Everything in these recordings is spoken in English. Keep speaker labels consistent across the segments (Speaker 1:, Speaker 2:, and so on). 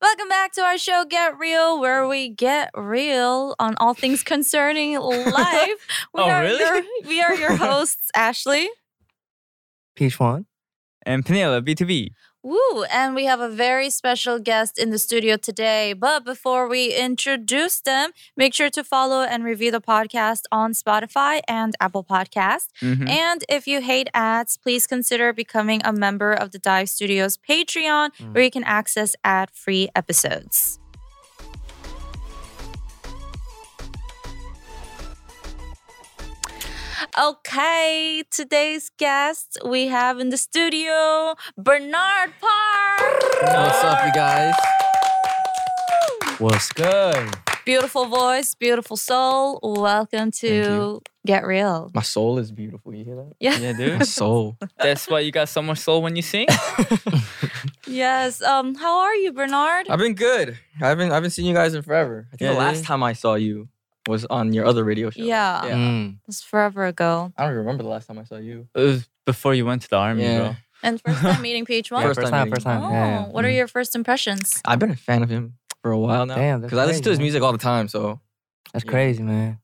Speaker 1: Welcome back to our show, Get Real, where we get real on all things concerning life. We
Speaker 2: Oh,
Speaker 1: are
Speaker 2: really?
Speaker 1: Your, we are your hosts, Ashley.
Speaker 3: Peach One.
Speaker 2: And Penelope B2B.
Speaker 1: Woo! And we have a very special guest in the studio today. But before we introduce them, make sure to follow and review the podcast on Spotify and Apple Podcast.
Speaker 3: Mm-hmm.
Speaker 2: Mhm.
Speaker 1: And if you hate ads, please consider becoming a member of the Dive Studios Patreon,
Speaker 3: Mm.
Speaker 1: where you can access ad free episodes. Okay, today's guest we have in the studio Bernard Parr.
Speaker 3: What's up, you guys? What's good?
Speaker 1: Beautiful voice, beautiful soul. Welcome to
Speaker 3: you.
Speaker 1: Get Real.
Speaker 3: My soul is beautiful. You hear that?
Speaker 2: Yeah,
Speaker 3: My
Speaker 2: dude.
Speaker 3: soul.
Speaker 2: That's why you got so much soul when you sing.
Speaker 1: Yes. Um, how are you, Bernard?
Speaker 3: I've been good. I haven't I haven't seen you guys in forever. I think
Speaker 2: Yeah,
Speaker 3: the last
Speaker 2: dude.
Speaker 3: time I saw you was on your other radio show.
Speaker 1: Yeah.
Speaker 2: Yeah.
Speaker 1: It's forever ago.
Speaker 3: I don't even remember the last time I saw you.
Speaker 2: It was before you went to the army,
Speaker 3: Yeah.
Speaker 2: bro.
Speaker 1: And first time meeting PH1?
Speaker 2: Yeah,
Speaker 3: first,
Speaker 2: first
Speaker 3: time, Mm-hmm.
Speaker 2: time,
Speaker 3: meeting
Speaker 2: first
Speaker 3: you.
Speaker 1: Oh, what
Speaker 4: Mm.
Speaker 1: are your first impressions?
Speaker 3: I've been a fan of him for a while now.
Speaker 4: Damn, that's
Speaker 3: because I listen to his
Speaker 4: crazy, man.
Speaker 3: music all the time. So
Speaker 4: That's
Speaker 3: Yeah.
Speaker 4: crazy, man.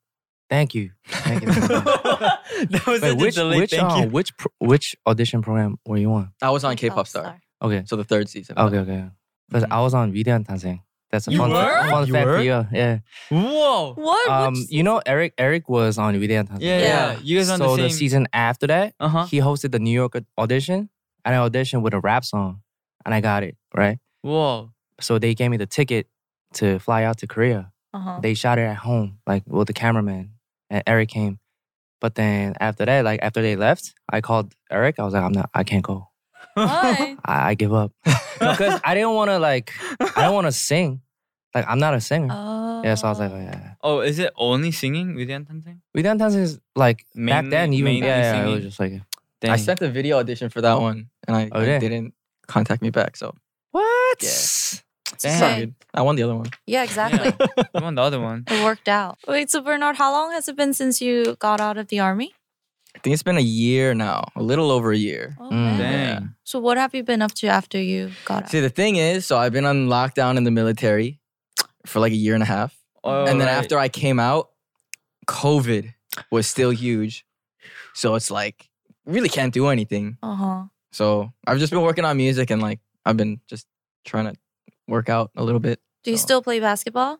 Speaker 4: Thank you. Thank you.
Speaker 2: that was
Speaker 4: Wait,
Speaker 2: such a
Speaker 4: which
Speaker 2: delayed
Speaker 4: which
Speaker 2: thank
Speaker 4: uh,
Speaker 2: you.
Speaker 4: which pro- which audition program were you on?
Speaker 3: I was on K-pop Star,
Speaker 4: Okay.
Speaker 3: so Mm-hmm. the third season.
Speaker 4: Okay, okay. Because I was on Video and Dancing. That's a
Speaker 2: You
Speaker 4: fun,
Speaker 2: were?
Speaker 4: fun
Speaker 2: You
Speaker 4: fact.
Speaker 2: were?
Speaker 4: Yeah, yeah.
Speaker 2: Whoa.
Speaker 1: What?
Speaker 4: Um,
Speaker 1: Which-
Speaker 4: you know, Eric Eric was on Video and Dancing.
Speaker 2: Yeah, yeah. You guys on
Speaker 4: so
Speaker 2: the same.
Speaker 4: season after that,
Speaker 2: uh huh.
Speaker 4: he hosted the New York audition, and I auditioned with a rap song, and I got it right.
Speaker 2: Whoa.
Speaker 4: So they gave me the ticket to fly out to Korea.
Speaker 1: uh-huh.
Speaker 4: they shot it at home, like with the cameraman, and Eric came. But then after that, like after they left, I called Eric. I was like, I'm not, I can't go.
Speaker 1: Why?
Speaker 4: I, I give up because I didn't want to like, I don't want to sing. Like I'm not a singer.
Speaker 1: Oh.
Speaker 4: yeah, so I was like, oh, yeah.
Speaker 2: Oh, is it only singing with Dancing?
Speaker 4: We done dancing is like back
Speaker 2: Mainly-
Speaker 4: then even
Speaker 2: mainly
Speaker 4: yeah, yeah, it
Speaker 2: singing.
Speaker 4: was just like
Speaker 2: Dang.
Speaker 3: I sent the video audition for that one, and I,
Speaker 4: Oh,
Speaker 3: they
Speaker 4: yeah.
Speaker 3: didn't contact me back. So
Speaker 4: what?
Speaker 3: Yeah.
Speaker 2: Damn.
Speaker 3: Sorry,
Speaker 1: Okay.
Speaker 3: dude. I won the other one.
Speaker 1: Yeah, exactly.
Speaker 2: I want the other one.
Speaker 1: It worked out. Wait, so Bernard, how long has it been since you got out of the army?
Speaker 3: I think it's been a year now, a little over a year.
Speaker 1: Okay.
Speaker 4: Mm.
Speaker 2: Dang.
Speaker 1: So what have you been up to after you got out?
Speaker 3: See, the thing is, so I've been on lockdown in the military for like a year and a half,
Speaker 2: Oh,
Speaker 3: and then
Speaker 2: right.
Speaker 3: after I came out, COVID was still huge, so it's like really can't do anything.
Speaker 1: Uh huh.
Speaker 3: So I've just been working on music and like I've been just trying to work out a little bit.
Speaker 1: Do you
Speaker 3: So,
Speaker 1: still play basketball?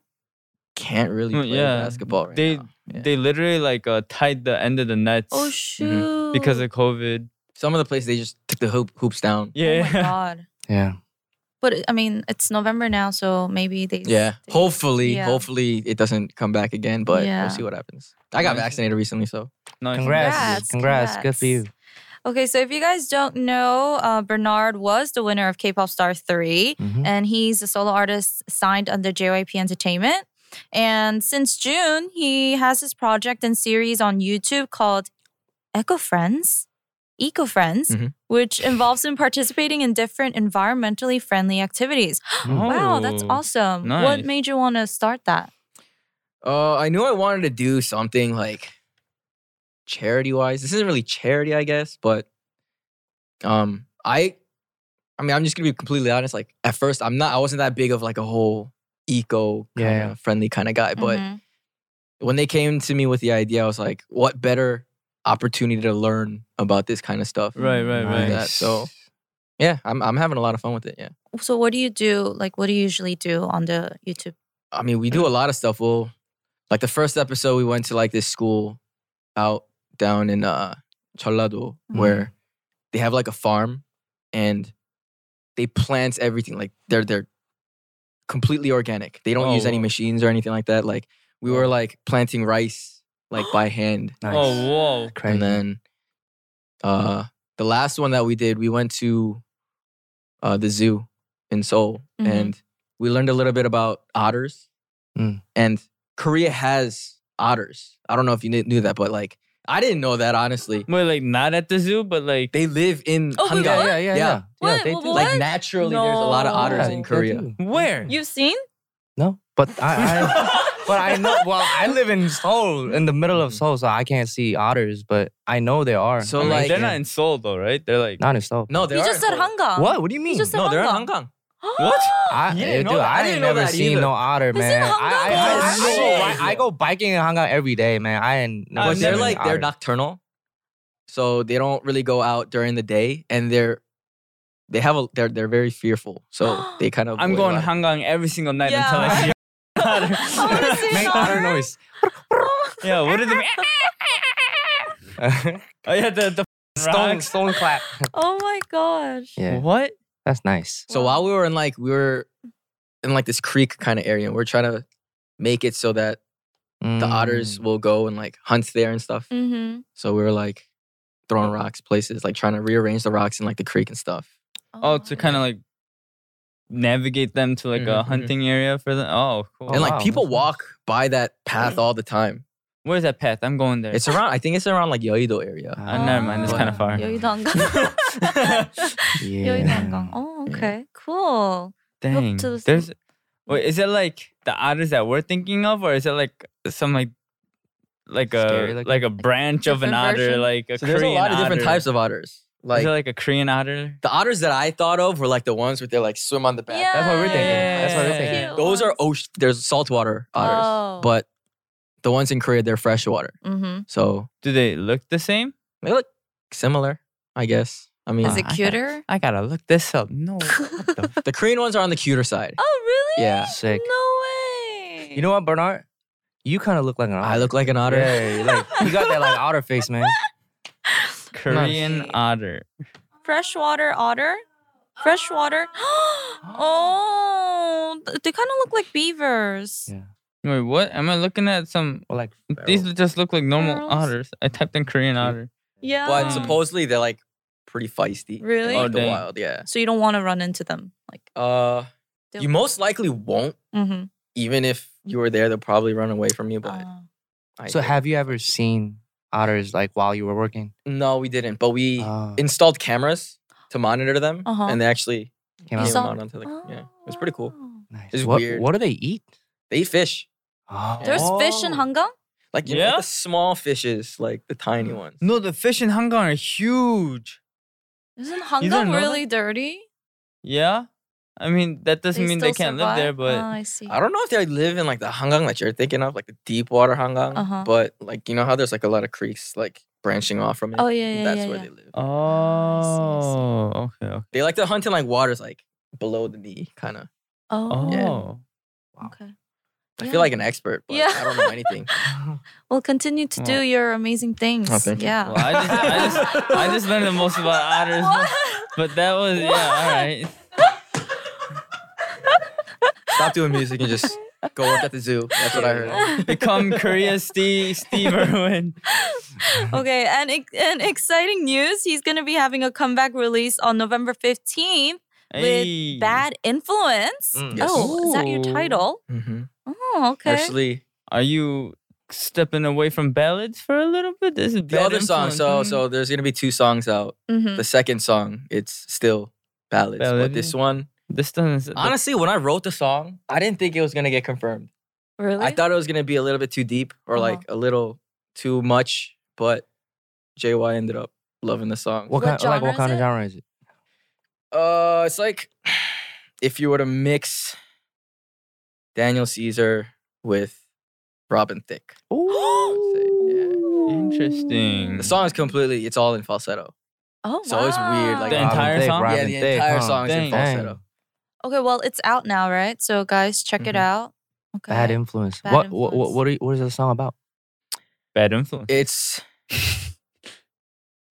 Speaker 3: can't really
Speaker 2: Mm,
Speaker 3: play
Speaker 2: yeah.
Speaker 3: basketball right
Speaker 2: They-
Speaker 3: now. Yeah.
Speaker 2: They literally like uh, tied the end of the nets
Speaker 1: Oh shoot!
Speaker 2: Mm-hmm. because of COVID.
Speaker 3: Some of the places they just took the hoop, hoops down.
Speaker 1: Oh
Speaker 2: Yeah.
Speaker 1: my god.
Speaker 4: yeah.
Speaker 1: But I mean, it's November now, so maybe they.
Speaker 3: Yeah.
Speaker 1: they-
Speaker 3: Hopefully,
Speaker 1: Yeah.
Speaker 3: hopefully it doesn't come back again, but
Speaker 1: Yeah.
Speaker 3: we'll see what happens. I got
Speaker 2: Nice.
Speaker 3: vaccinated recently, so
Speaker 2: Nice.
Speaker 4: Congrats,
Speaker 1: Congrats,
Speaker 4: congrats, good for you.
Speaker 1: congrats. Okay, so if you guys don't know, uh, Bernard was the winner of K-pop Star 3
Speaker 4: Mhm.
Speaker 1: and he's a solo artist signed under JYP Entertainment. And since June, he has his project and series on YouTube called Eco Friends, Eco Friends,
Speaker 3: Mhm.
Speaker 1: which involves him participating in different environmentally friendly activities. wow, that's
Speaker 2: Oh.
Speaker 1: awesome!
Speaker 2: nice.
Speaker 1: What made you want to start that?
Speaker 3: uh, I knew I wanted to do something like charity wise. This isn't really charity, I guess, but um, I, I mean, I'm just gonna be completely honest. Like at first, I'm not. I wasn't that big of like a whole eco
Speaker 4: Yeah,
Speaker 3: kind
Speaker 4: yeah.
Speaker 3: of friendly kind of guy, but
Speaker 1: Mhm.
Speaker 3: when they came to me with the idea, I was like, what better opportunity to learn about this kind of stuff?
Speaker 2: Right, right,
Speaker 3: than
Speaker 2: right.
Speaker 3: That. So yeah, I'm I'm having a lot of fun with it. Yeah.
Speaker 1: so what do you do? Like, what do you usually do on the YouTube?
Speaker 3: I mean, we do a lot of stuff. We'll like the first episode we went to like this school out down in uh Cholado where they have like a farm and they plant everything. Like they're they're completely organic. They don't
Speaker 2: Oh,
Speaker 3: use any
Speaker 2: wow.
Speaker 3: machines or anything like that. Like we were like planting rice like by hand.
Speaker 4: Nice.
Speaker 2: Oh whoa.
Speaker 4: Crazy.
Speaker 3: And then uh the last one that we did, we went to uh the zoo in Seoul
Speaker 4: Mm-hmm.
Speaker 1: Mhm.
Speaker 3: and we learned a little bit about otters.
Speaker 4: Mm.
Speaker 3: And Korea has otters. I don't know if you kn- knew that, but like I didn't know that honestly.
Speaker 2: Wait, like not at the zoo, but like
Speaker 3: They live in
Speaker 1: Oh,
Speaker 3: Hangul.
Speaker 1: wait,
Speaker 4: yeah,
Speaker 1: what?
Speaker 4: yeah, yeah, yeah.
Speaker 3: Yeah.
Speaker 4: yeah.
Speaker 1: What?
Speaker 4: they
Speaker 1: What-
Speaker 4: do.
Speaker 1: what?
Speaker 3: Like naturally there's a lot of otters
Speaker 4: Yeah,
Speaker 3: in
Speaker 4: they
Speaker 3: Korea.
Speaker 4: do.
Speaker 2: where?
Speaker 1: You've seen?
Speaker 4: No, but I, I but I know. Well, I live in Seoul, in the middle of
Speaker 3: Mhm.
Speaker 4: Seoul, so I can't see otters, but I know there are.
Speaker 3: So,
Speaker 4: I mean,
Speaker 3: like-
Speaker 2: they're not in Seoul though, right? They're like
Speaker 4: not in Seoul.
Speaker 3: No, they
Speaker 1: you
Speaker 3: are
Speaker 1: just
Speaker 3: in
Speaker 1: said
Speaker 3: Seoul.
Speaker 1: Hanggang.
Speaker 4: What? What do you mean?
Speaker 1: just said
Speaker 3: No, they're in
Speaker 1: Hanggang.
Speaker 3: Hanggang.
Speaker 2: what?
Speaker 4: I, eh,
Speaker 3: You didn't
Speaker 4: dude,
Speaker 3: know that.
Speaker 4: I,
Speaker 3: I
Speaker 4: ain't
Speaker 3: didn't know
Speaker 4: never
Speaker 3: that
Speaker 4: seen
Speaker 3: either.
Speaker 4: no otter,
Speaker 1: It's in
Speaker 4: man. I,
Speaker 1: Hungary.
Speaker 4: I, I,
Speaker 3: Oh,
Speaker 4: I,
Speaker 3: shit.
Speaker 4: I go biking in Hanggang every day, man. I ain't never
Speaker 3: But
Speaker 2: I've
Speaker 4: seen
Speaker 3: Uh,
Speaker 2: never
Speaker 3: they're
Speaker 4: an
Speaker 3: like they're
Speaker 4: otter.
Speaker 3: nocturnal, so they don't really go out during the day, and they're they have a they're they're very fearful, so they kind of.
Speaker 2: I'm
Speaker 3: avoid a
Speaker 2: going
Speaker 3: lot of-
Speaker 2: Hangang every single night
Speaker 1: Yeah.
Speaker 2: until I see
Speaker 1: I wanna see an
Speaker 4: Make
Speaker 1: otter.
Speaker 4: otter noise.
Speaker 2: Yeah, what did they Oh yeah, the, the
Speaker 4: stone,
Speaker 2: rocks.
Speaker 4: stone clap.
Speaker 1: Oh my gosh.
Speaker 4: Yeah,
Speaker 2: What?
Speaker 4: that's nice.
Speaker 3: So while we were in like we were in like this creek kind of area, and we're trying to make it so that the
Speaker 2: Mm.
Speaker 3: otters
Speaker 4: Mm.
Speaker 3: will go and like hunt there and stuff.
Speaker 1: Mm-hmm.
Speaker 3: So we were like throwing rocks places, like trying to rearrange the rocks in like the creek and stuff.
Speaker 2: Oh, to kind of like navigate them to like
Speaker 3: Mhm,
Speaker 2: a
Speaker 3: mhm.
Speaker 2: hunting area for them. Oh, cool.
Speaker 3: and like
Speaker 4: wow,
Speaker 3: people
Speaker 4: that's nice.
Speaker 3: walk by that
Speaker 2: Mm.
Speaker 3: path all the time.
Speaker 2: Where's that path? I'm going there.
Speaker 3: It's around. I think it's around like Yoido area.
Speaker 4: Ah,
Speaker 2: Uh, never mind. It's kind of far.
Speaker 1: 여의도 한강. 여의도 한강.
Speaker 4: Yeah.
Speaker 1: Oh, okay. Cool.
Speaker 2: Dang.
Speaker 1: to the s-
Speaker 2: There's. Wait, is it like the otters that we're thinking of, or is it like some like like
Speaker 4: Scary
Speaker 2: a
Speaker 4: looking-
Speaker 2: like a branch of an
Speaker 1: different
Speaker 2: otter,
Speaker 1: version?
Speaker 2: like a
Speaker 3: So
Speaker 2: Korean
Speaker 3: there's a lot of different
Speaker 2: otter.
Speaker 3: types of otters. Like
Speaker 2: is it like a Korean otter?
Speaker 3: The otters that I thought of were like the ones where they like swim on the back.
Speaker 1: Yeah.
Speaker 4: That's what we're thinking. That's what we're
Speaker 2: Yeah.
Speaker 4: thinking.
Speaker 1: Cute
Speaker 3: Those are
Speaker 1: ones.
Speaker 3: ocean. There's saltwater otters,
Speaker 1: Oh.
Speaker 3: but the ones in Korea they're freshwater,
Speaker 1: Mhm.
Speaker 3: so
Speaker 2: Do they look the same?
Speaker 3: they look similar, I guess. I mean,
Speaker 1: Is it
Speaker 2: I got-
Speaker 1: cuter?
Speaker 2: I gotta look this up. No. What the f-
Speaker 3: the Korean ones are on the cuter side.
Speaker 1: Oh, really?
Speaker 3: Yeah.
Speaker 4: Sick.
Speaker 1: No way.
Speaker 4: You know what, Bernard? You kind of look like an otter.
Speaker 3: I look like an otter.
Speaker 4: Yeah, you like you got that like otter face, man.
Speaker 2: Korean
Speaker 1: Nice.
Speaker 2: otter.
Speaker 1: freshwater otter. Freshwater. oh, th- they kind of look like beavers.
Speaker 4: Yeah.
Speaker 2: Wait, what? Am I looking at some?
Speaker 4: Or like
Speaker 2: These just look like normal
Speaker 1: Barrels?
Speaker 2: otters. I typed in Korean otter.
Speaker 1: Yeah.
Speaker 3: But supposedly they're like pretty feisty. in,
Speaker 1: Oh. Really?
Speaker 3: like,
Speaker 2: Oh,
Speaker 3: the
Speaker 2: dang.
Speaker 3: wild, yeah.
Speaker 1: so you don't want to run into them, like.
Speaker 3: Uh,
Speaker 1: they'll-
Speaker 3: you most likely won't,
Speaker 1: Mhm.
Speaker 3: even if you were there. They'll probably run away from you. But
Speaker 1: Oh.
Speaker 3: I
Speaker 4: So
Speaker 3: didn't.
Speaker 4: have you ever seen otters like while you were working?
Speaker 3: no, we didn't. But we
Speaker 4: Oh,
Speaker 3: installed cameras to monitor them,
Speaker 1: Uh-huh.
Speaker 3: and they actually
Speaker 4: came
Speaker 3: came
Speaker 4: out.
Speaker 1: saw-
Speaker 3: out onto the yeah. It was pretty cool.
Speaker 1: Oh.
Speaker 4: nice.
Speaker 3: it's
Speaker 4: what,
Speaker 3: weird.
Speaker 4: What do they eat?
Speaker 3: They eat fish.
Speaker 4: Oh.
Speaker 1: There's fish in Hanggang.
Speaker 3: Like you know, like
Speaker 2: Yeah?
Speaker 3: the small fishes, like the tiny
Speaker 1: Mm.
Speaker 3: ones.
Speaker 2: No, the fish in Hangang are huge.
Speaker 1: Isn't
Speaker 2: don't
Speaker 1: Hanggang
Speaker 2: know
Speaker 1: really dirty?
Speaker 2: Yeah. I mean, that doesn't mean they
Speaker 1: still
Speaker 2: can't live there,
Speaker 1: survive?
Speaker 2: but
Speaker 1: Oh, I see.
Speaker 3: I don't know if they live in like the Hangang that you're thinking of, like the deep water Hangang.
Speaker 1: Uh-huh.
Speaker 3: But like you know how there's like a lot of creeks like branching off from it.
Speaker 1: Oh, yeah, yeah,
Speaker 3: That's
Speaker 1: yeah,
Speaker 3: where
Speaker 1: yeah.
Speaker 3: they live.
Speaker 2: Oh, okay, okay.
Speaker 3: They like to hunt in like waters like below the knee, kind of.
Speaker 1: Oh.
Speaker 2: Oh,
Speaker 3: Yeah.
Speaker 1: Okay.
Speaker 3: I
Speaker 1: Yeah.
Speaker 3: feel like an expert, but
Speaker 1: Yeah.
Speaker 3: I don't know anything.
Speaker 1: Well, continue to do
Speaker 2: Well-
Speaker 1: your amazing things.
Speaker 3: Oh, thank you.
Speaker 1: yeah.
Speaker 2: Well, I just, I just, I just learned the most about otters,
Speaker 1: What?
Speaker 2: but that was yeah, all right.
Speaker 3: Stop doing music and just go work at the zoo. That's what I heard.
Speaker 2: Become Korea's Steve Steve Irwin.
Speaker 1: okay, and ex- and exciting news. He's going to be having a comeback release on November 15th
Speaker 2: Hey.
Speaker 1: with Bad Influence.
Speaker 4: Mm.
Speaker 3: Yes.
Speaker 1: Oh, is that your
Speaker 2: Ooh.
Speaker 1: title?
Speaker 3: Mm-hmm.
Speaker 1: Oh, okay.
Speaker 3: Actually,
Speaker 2: Are you stepping away from ballads for a little bit? This is
Speaker 3: the
Speaker 2: bad
Speaker 3: other song. So
Speaker 2: influence,
Speaker 1: Mm-hmm.
Speaker 3: so there's gonna be two songs out.
Speaker 1: Mhm.
Speaker 3: The second song, it's still ballads, but
Speaker 2: Ballad,
Speaker 3: this
Speaker 2: yeah.
Speaker 3: one.
Speaker 2: hmm? this doesn't.
Speaker 3: Honestly, when I wrote the song, I didn't think it was gonna get confirmed.
Speaker 1: Really?
Speaker 3: I thought it was gonna be a little bit too deep or
Speaker 1: Uh-huh.
Speaker 3: like a little too much, but JY ended up loving the song.
Speaker 1: What
Speaker 4: What, kind like
Speaker 1: genre
Speaker 4: what
Speaker 1: is
Speaker 4: kind of
Speaker 1: it?
Speaker 4: genre is it?
Speaker 3: Uh, it's like if you were to mix Daniel Caesar with Robin Thicke. Ooh.
Speaker 2: Interesting.
Speaker 3: The song is completely, it's all in falsetto.
Speaker 1: oh,
Speaker 3: so it's weird, like, uh,
Speaker 1: wow.
Speaker 2: The entire
Speaker 4: Robin Thicke,
Speaker 2: song? Yeah,
Speaker 3: yeah,
Speaker 4: Robin
Speaker 3: the
Speaker 4: Thicke,
Speaker 3: entire
Speaker 4: huh?
Speaker 3: song is in
Speaker 2: Dang.
Speaker 4: Dang.
Speaker 3: falsetto.
Speaker 1: okay, well, it's out now, right? So guys, check it
Speaker 3: Mhm.
Speaker 1: out. Okay.
Speaker 4: Bad influence.
Speaker 1: Bad
Speaker 4: what, what what
Speaker 1: influence.
Speaker 4: what are you- what is the song about?
Speaker 2: bad influence.
Speaker 3: It's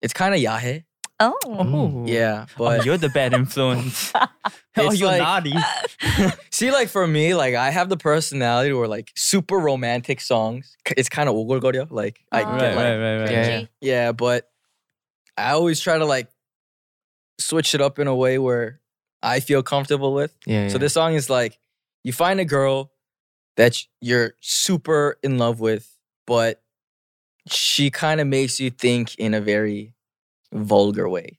Speaker 3: it's kind of yahe.
Speaker 1: Oh.
Speaker 4: Mm.
Speaker 3: Yeah,
Speaker 2: Oh,
Speaker 3: but
Speaker 2: you're the bad influence. oh,
Speaker 3: It's
Speaker 2: you're
Speaker 3: like-
Speaker 2: naughty.
Speaker 3: see, like for me, like I have the personality where like super romantic songs. k- It's kind of ogorgorio. Like I
Speaker 1: Ah.
Speaker 3: get,
Speaker 2: Right,
Speaker 3: like,
Speaker 2: right, right, right.
Speaker 4: Yeah.
Speaker 1: Cringy.
Speaker 3: yeah, but I always try to like switch it up in a way where I feel comfortable with.
Speaker 4: Yeah.
Speaker 3: So this song is like you find a girl that sh- you're super in love with, but she kind of makes you think in a very vulgar way.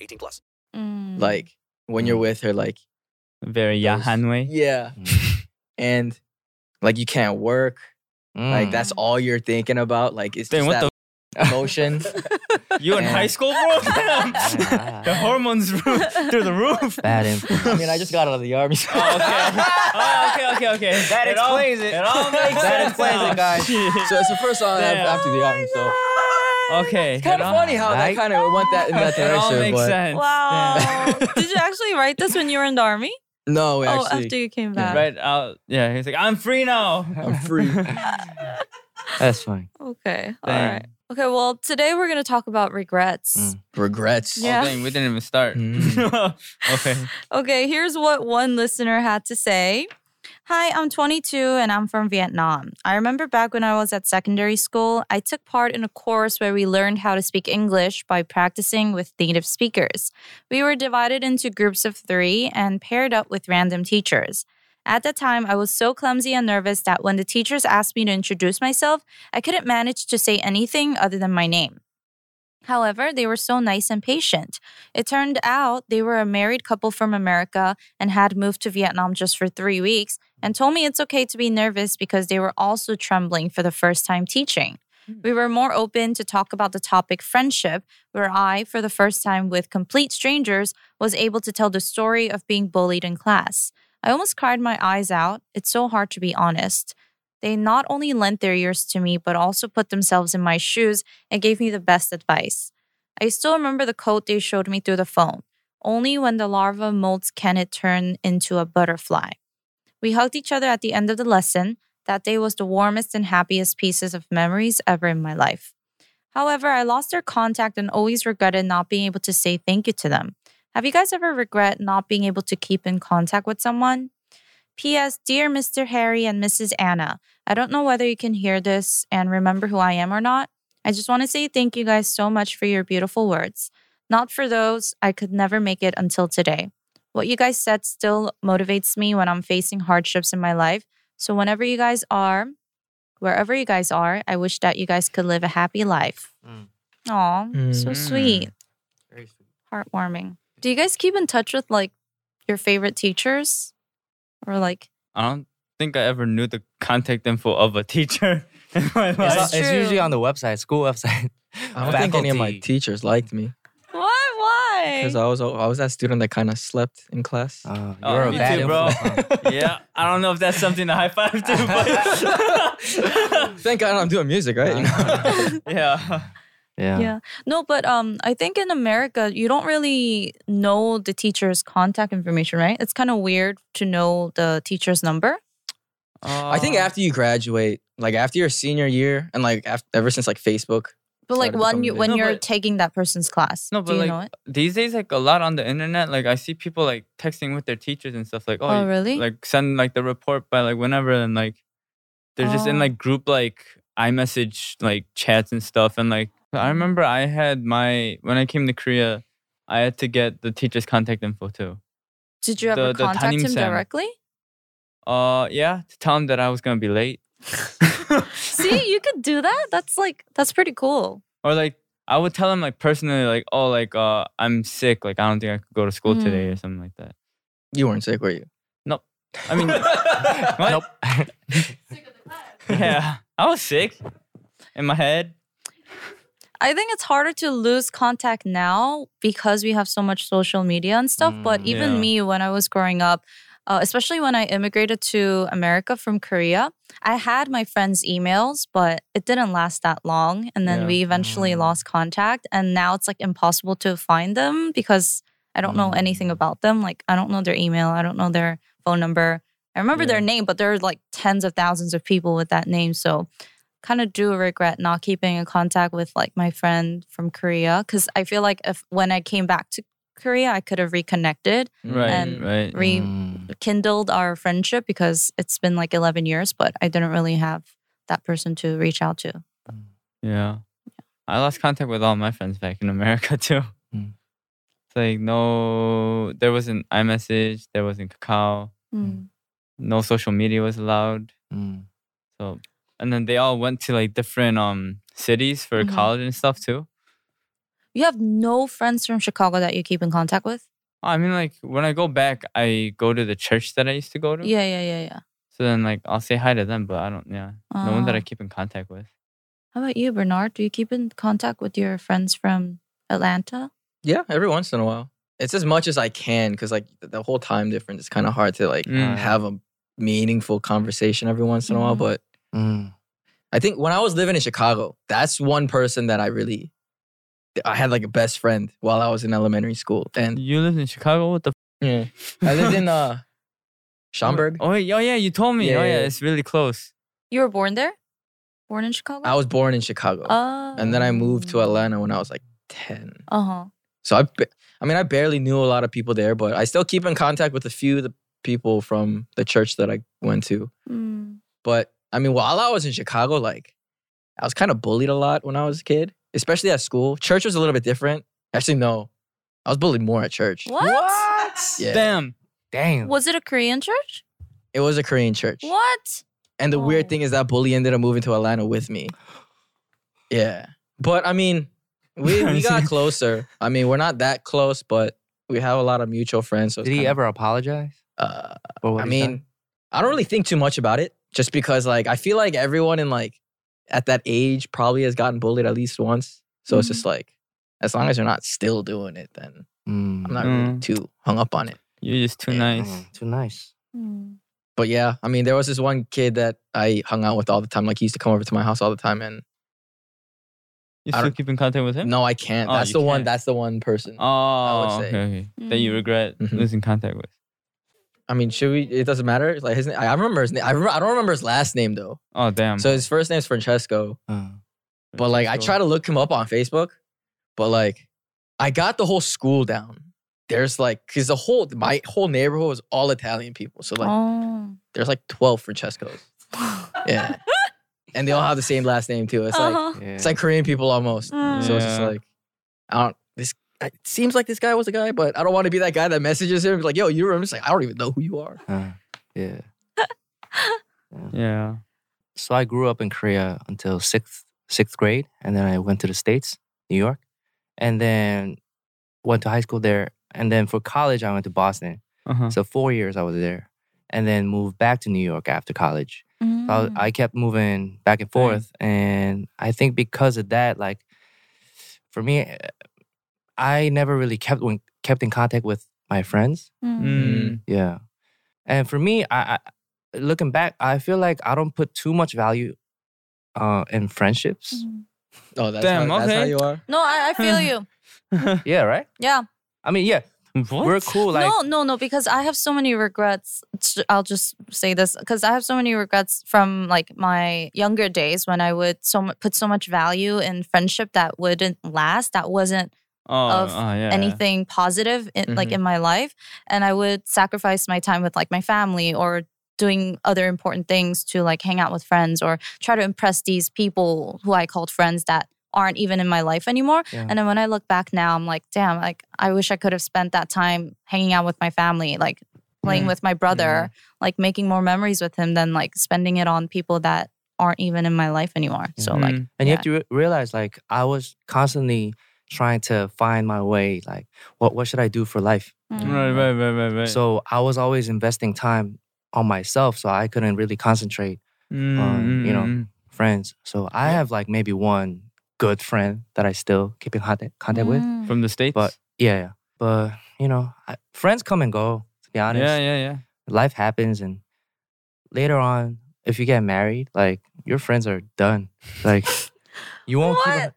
Speaker 5: 18 plus.
Speaker 1: Mm.
Speaker 3: Like when you're with her, like
Speaker 2: Very Yahan way.
Speaker 3: yeah, and like you can't work.
Speaker 4: Mm.
Speaker 3: Like that's all you're thinking about. Like it's
Speaker 2: Then
Speaker 3: just
Speaker 2: Hmm. what
Speaker 3: that emotion.
Speaker 2: You in
Speaker 3: Yeah.
Speaker 2: high school, bro? the
Speaker 4: the
Speaker 2: hormones ro- through the roof.
Speaker 4: bad influence.
Speaker 3: I mean, I just got out of the army. so-
Speaker 2: Oh, okay. Oh, okay, okay, okay. That
Speaker 4: explains
Speaker 2: all,
Speaker 4: it.
Speaker 2: It all makes
Speaker 4: That
Speaker 2: sense
Speaker 4: explains it,
Speaker 2: now.
Speaker 4: guys.
Speaker 3: so it's the first song I have
Speaker 2: Damn.
Speaker 3: after the army. So
Speaker 2: Okay.
Speaker 3: kind of
Speaker 2: it all-
Speaker 3: funny how that
Speaker 4: Right?
Speaker 3: kind of went that in that
Speaker 2: It all
Speaker 3: direction.
Speaker 2: makes
Speaker 3: but
Speaker 2: sense.
Speaker 1: Wow. Did you actually write this when you were in the army?
Speaker 3: No, actually,
Speaker 1: oh, after you came
Speaker 2: Yeah.
Speaker 1: back.
Speaker 2: Right out. Yeah, he's like, I'm free now.
Speaker 3: I'm free.
Speaker 4: That's fine.
Speaker 1: Okay. All
Speaker 2: Dang.
Speaker 1: right. Okay. Well, today we're going to talk about regrets.
Speaker 4: Mm.
Speaker 3: regrets.
Speaker 1: Yeah.
Speaker 2: Oh, dang, we didn't even start. okay.
Speaker 1: Okay, here's what one listener had to say. Hi, I'm 22 and I'm from Vietnam. I remember back when I was at secondary school, I took part in a course where we learned how to speak English by practicing with native speakers. We were divided into groups of three and paired up with random teachers. At the time, I was so clumsy and nervous that when the teachers asked me to introduce myself, I couldn't manage to say anything other than my name. However, they were so nice and patient. It turned out they were a married couple from America and had moved to Vietnam just for three weeks and told me it's okay to be nervous because they were also trembling for the first time teaching. We were more open to talk about the topic friendship, where I, for the first time with complete strangers, was able to tell the story of being bullied in class. I almost cried my eyes out. It's so hard to be honest. They not only lent their ears to me, but also put themselves in my shoes and gave me the best advice. I still remember the coat they showed me through the phone. Only when the larva molts can it turn into a butterfly. We hugged each other at the end of the lesson. That day was the warmest and happiest pieces of memories ever in my life. However, I lost their contact and always regretted not being able to say thank you to them. Have you guys ever regret not being able to keep in contact with someone? P.S. Dear Mr. Harry and Mrs. Anna, I don't know whether you can hear this and remember who I am or not. I just want to say thank you guys so much for your beautiful words. Not for those, I could never make it until today. What you guys said still motivates me when I'm facing hardships in my life. So, whenever you guys are, wherever you guys are, I wish that you guys could live a happy life.
Speaker 4: Mm.
Speaker 1: Aw, so
Speaker 2: Mm.
Speaker 1: sweet, heartwarming. Do you guys keep in touch with like your favorite teachers? Or like,
Speaker 2: I don't think I ever knew the contact info of a teacher in my life.
Speaker 4: It's,
Speaker 1: That's
Speaker 4: it's
Speaker 1: true.
Speaker 4: usually on the website, school website.
Speaker 3: I don't think any of my
Speaker 4: Faculty.
Speaker 3: teachers liked me
Speaker 1: what? Why?
Speaker 3: because I was I was that student that kind of slept in class.
Speaker 4: Uh, you're
Speaker 2: Oh,
Speaker 4: a
Speaker 2: me
Speaker 4: bad
Speaker 2: too, bro.
Speaker 4: influence.
Speaker 2: yeah, I don't know if that's something to high five to, but
Speaker 3: Thank God I'm doing music, right?
Speaker 2: yeah.
Speaker 4: Yeah.
Speaker 1: Yeah. No, but um I think in America you don't really know the teacher's contact information, right? It's kind of weird to know the teacher's number.
Speaker 3: I think
Speaker 2: Uh,
Speaker 3: after you graduate, like after your senior year, and like af ever since like Facebook,
Speaker 1: But like
Speaker 3: Started
Speaker 1: when
Speaker 3: becoming
Speaker 1: you
Speaker 3: big.
Speaker 1: when
Speaker 2: No,
Speaker 1: you're
Speaker 2: but-
Speaker 1: taking that person's class,
Speaker 2: No,
Speaker 1: do
Speaker 2: but
Speaker 1: you
Speaker 2: like
Speaker 1: know it?
Speaker 2: these days, like a lot on the internet, like I see people like texting with their teachers and stuff. Like, oh,
Speaker 1: Oh,
Speaker 2: you-
Speaker 1: really?
Speaker 2: Like send like the report by like whenever, and like they're just in
Speaker 1: Oh.
Speaker 2: like group like iMessage like chats and stuff, and like So
Speaker 1: Mm-hmm.
Speaker 2: I remember I had my when I came to Korea, I had to get the teacher's contact info too.
Speaker 1: Did you ever
Speaker 2: The- the
Speaker 1: contact him
Speaker 2: Tanim-san.
Speaker 1: directly?
Speaker 2: Uh, yeah, to tell him that I was gonna be late.
Speaker 1: See, you could do that. That's like that's pretty cool.
Speaker 2: or like I would tell him like personally, like oh, like uh, I'm sick, like I don't think I could go to school
Speaker 1: Mm.
Speaker 2: today or something like that.
Speaker 3: You weren't sick, were you?
Speaker 2: I mean, what?
Speaker 4: Nope.
Speaker 2: yeah, I was sick in my head.
Speaker 1: I think it's harder to lose contact now because we have so much social media and stuff. but
Speaker 4: Mm,
Speaker 1: even
Speaker 2: yeah.
Speaker 1: me, when I was growing up, uh, especially when I immigrated to America from Korea, I had my friends' emails, but it didn't last that long. And then
Speaker 2: Yeah.
Speaker 1: we eventually
Speaker 4: Mm.
Speaker 1: lost contact. And now it's like impossible to find them because I don't know anything
Speaker 4: Mm.
Speaker 1: about them. Like, I don't know their email, I don't know their phone number. I remember their
Speaker 2: Yeah.
Speaker 1: name, but there are like tens of thousands of people with that name. So, kind of do regret not keeping in contact with like my friend from Korea because I feel like if when I came back to Korea, I could have reconnected,
Speaker 2: Right,
Speaker 1: And
Speaker 2: right.
Speaker 4: Mm.
Speaker 1: rekindled our friendship because it's been like 11 years, but I didn't really have that person to reach out to.
Speaker 2: yeah, I lost contact with all my friends back in America too.
Speaker 3: Hmm.
Speaker 4: Mm.
Speaker 2: It's like no, there wasn't iMessage, there wasn't Kakao,
Speaker 1: Mm.
Speaker 2: no social media was allowed.
Speaker 4: Mm.
Speaker 2: So, and then they all went to like different um cities for
Speaker 1: Mhm.
Speaker 2: college and stuff too.
Speaker 1: You have no friends from Chicago that you keep in contact with?
Speaker 2: I mean, like when I go back, I go to the church that I used to go to.
Speaker 1: Yeah, yeah, yeah, yeah.
Speaker 2: So then, like, I'll say hi to them, but I don't. Yeah, no one that
Speaker 1: Uh,
Speaker 2: I keep in contact with.
Speaker 1: How about you, Bernard? Do you keep in contact with your friends from Atlanta?
Speaker 3: Yeah, every once in a while. It's as much as I can because like th- the whole time difference is kind of hard to like
Speaker 2: Mm.
Speaker 3: have a meaningful conversation every once in a while.
Speaker 1: Mhm.
Speaker 3: But
Speaker 4: Mm.
Speaker 3: I think when I was living in Chicago, that's one person that I really I had like a best friend while I was in elementary school, and
Speaker 2: You lived in Chicago. What the?
Speaker 3: yeah, I lived in uh,
Speaker 2: f-
Speaker 3: Schaumburg.
Speaker 2: Oh, wait, oh yeah, you told me. oh
Speaker 3: Yeah,
Speaker 2: yeah,
Speaker 3: yeah.
Speaker 2: it's really close.
Speaker 1: You were born there? Born in Chicago?
Speaker 3: I was born in Chicago,
Speaker 1: Oh.
Speaker 3: and then I moved to Atlanta when I was like ten.
Speaker 1: Uh huh.
Speaker 3: So I, ba- I mean, I barely knew a lot of people there, but I still keep in contact with a few of the people from the church that I went to.
Speaker 4: Hmm.
Speaker 1: Mm.
Speaker 3: But I mean, while I was in Chicago, like I was kind of bullied a lot when I was a kid, especially at school. Church was a little bit different. Actually, no, I was bullied more at church.
Speaker 1: What?
Speaker 3: Yeah,
Speaker 2: Damn.
Speaker 4: Damn.
Speaker 1: Was it a Korean church?
Speaker 3: it was a Korean church.
Speaker 1: What?
Speaker 3: And the weird
Speaker 1: Oh.
Speaker 3: thing is that bully ended up moving to Atlanta with me. Yeah, but I mean, we we got closer. I mean, we're not that close, but we have a lot of mutual friends. So it's
Speaker 4: Did he
Speaker 3: kinda,
Speaker 4: ever apologize?
Speaker 3: Uh,
Speaker 4: for what
Speaker 3: I
Speaker 4: he
Speaker 3: mean,
Speaker 4: said?
Speaker 3: I don't really think too much about it just because like I feel like everyone in like at that age probably has gotten bullied at least once. So it's
Speaker 1: Mhm.
Speaker 3: just
Speaker 2: Mm-hmm.
Speaker 3: like as long as you're not still doing it, then
Speaker 4: Mm.
Speaker 3: I'm not really
Speaker 2: Mm.
Speaker 3: too hung up on it.
Speaker 2: You're just too
Speaker 3: Yeah,
Speaker 2: nice.
Speaker 4: Mm, Too nice. Hmm.
Speaker 3: But yeah, I mean, there was this one kid that I hung out with all the time. Like he used to come over to my house all the time, and
Speaker 2: You
Speaker 3: I
Speaker 2: still
Speaker 3: don't-
Speaker 2: keep in contact with him?
Speaker 3: no, I can't.
Speaker 2: Oh,
Speaker 3: that's
Speaker 2: you
Speaker 3: the one.
Speaker 2: can't.
Speaker 3: That's the one person.
Speaker 2: Oh,
Speaker 3: say.
Speaker 2: okay, okay. That you
Speaker 1: Mm.
Speaker 2: regret
Speaker 4: Mm-hmm.
Speaker 3: Mhm.
Speaker 2: losing contact with.
Speaker 3: I mean, should we? It doesn't matter. Like his name. I remember his name. I, remember, I don't remember his last name though.
Speaker 2: Oh damn.
Speaker 3: So his first name's Francesco.
Speaker 4: Uh,
Speaker 3: But like I try to look him up on Facebook, but like I got the whole school down. There's like cause the whole my whole neighborhood was all Italian people. So like
Speaker 1: oh.
Speaker 3: there's like 12 Francescos. Yeah. and they all have the same last name too. It's like
Speaker 1: uh-huh.
Speaker 3: it's like Korean people almost.
Speaker 1: Mm.
Speaker 3: So it's just
Speaker 2: Yeah.
Speaker 3: like I don't this it seems like this guy was a guy, but I don't want to be that guy that messages him like, yo, you're I'm just like, I don't even know who you are.
Speaker 4: uh, yeah.
Speaker 2: Yeah.
Speaker 4: So I grew up in Korea until sixth sixth grade, and then I went to the states, New York, and then went to high school there, and then for college I went to Boston.
Speaker 2: Uh huh.
Speaker 4: So four years I was there, and then moved back to New York after college. So I, was-
Speaker 2: Mm-hmm.
Speaker 1: Mm.
Speaker 4: I kept moving back and forth, and I think because of that, like for me, eh, I never really kept when, kept in contact with my friends.
Speaker 1: Mm.
Speaker 2: Mm.
Speaker 4: Yeah. And for me, I, I looking back, I feel like I don't put too much value uh, in friendships.
Speaker 1: Mm.
Speaker 3: Oh, that's,
Speaker 2: Damn,
Speaker 3: how, that's how
Speaker 2: okay.
Speaker 3: you are.
Speaker 1: No, I, I feel
Speaker 4: Hmm.
Speaker 1: you.
Speaker 4: Yeah, right?
Speaker 1: Yeah.
Speaker 4: I mean, yeah,
Speaker 2: what?
Speaker 4: mm. we're cool. Like,
Speaker 1: no, no, no, because I have so many regrets. Ts- I'll just say this because I have so many regrets from like my younger days when I would so mu- put so much value in friendship that wouldn't last, that wasn't
Speaker 2: Oh,
Speaker 1: of
Speaker 2: oh, yeah. Mm-hmm.
Speaker 1: anything positive in, like
Speaker 3: Mhm.
Speaker 1: in my life and i would sacrifice my time with like my family or doing other important things to like hang out with friends or try to impress these people who i called friends that aren't even in my life anymore.
Speaker 4: Yeah.
Speaker 1: And then when I look back now, I'm like, damn, like I wish I could have spent that time hanging out with my family, like playing with my brother, like making more memories with him than like spending it on people that aren't even in my life anymore. So like
Speaker 2: Mm.
Speaker 4: And you have to re- realize, like, I was constantly trying to find my way. Like, what what should I do for life?
Speaker 1: mm.
Speaker 2: Mm-hmm. right, right, right, right, right.
Speaker 4: So I was always investing time on myself, so I couldn't really concentrate um, you know,
Speaker 2: Mm,
Speaker 4: friends. So I have like maybe one good friend that I still keep in contact, contact with.
Speaker 1: Mm.
Speaker 2: from the states.
Speaker 4: But yeah, yeah. but you know, I, friends come and go. To be honest,
Speaker 2: yeah, yeah, yeah.
Speaker 4: life happens, and later on, if you get married, like your friends are done. Like you won't. Keep
Speaker 1: What?
Speaker 4: on-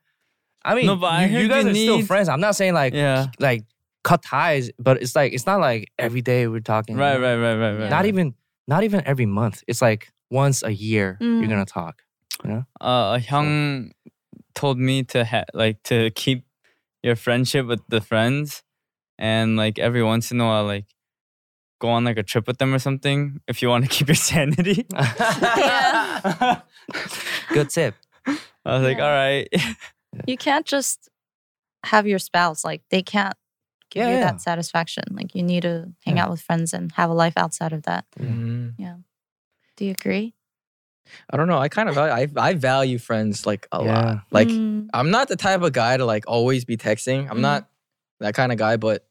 Speaker 4: I mean,
Speaker 2: No, but I
Speaker 4: you, you
Speaker 2: heard
Speaker 4: guys
Speaker 2: you
Speaker 4: are still
Speaker 2: need-
Speaker 4: friends. I'm not saying like
Speaker 2: Yeah.
Speaker 4: like cut ties, but it's like it's not like every day we're talking. you
Speaker 2: Right,
Speaker 4: know?
Speaker 2: right, right, right, right.
Speaker 4: Not
Speaker 2: right.
Speaker 4: even not even every month. It's like once a year
Speaker 1: Mm.
Speaker 4: you're gonna talk. You know?
Speaker 2: Uh, Hyung told me to ha- like to keep your friendship with the friends, and like every once in a while, like go on like a trip with them or something if you want to keep your sanity.
Speaker 1: Yeah.
Speaker 4: Good tip.
Speaker 2: I was like,
Speaker 1: Yeah.
Speaker 2: all right.
Speaker 1: You can't just have your spouse like they can't give
Speaker 4: Yeah,
Speaker 1: you
Speaker 4: yeah.
Speaker 1: that satisfaction. Like you need to hang
Speaker 4: Yeah.
Speaker 1: out with friends and have a life outside of that.
Speaker 2: Mm-hmm.
Speaker 3: Mm.
Speaker 1: Do you agree?
Speaker 3: I don't know. I kind of value, I I value friends like a lot.
Speaker 4: Yeah.
Speaker 3: Like
Speaker 1: Mm.
Speaker 3: I'm not the type of guy to like always be texting. I'm
Speaker 1: Mhm.
Speaker 3: not that kind of guy, but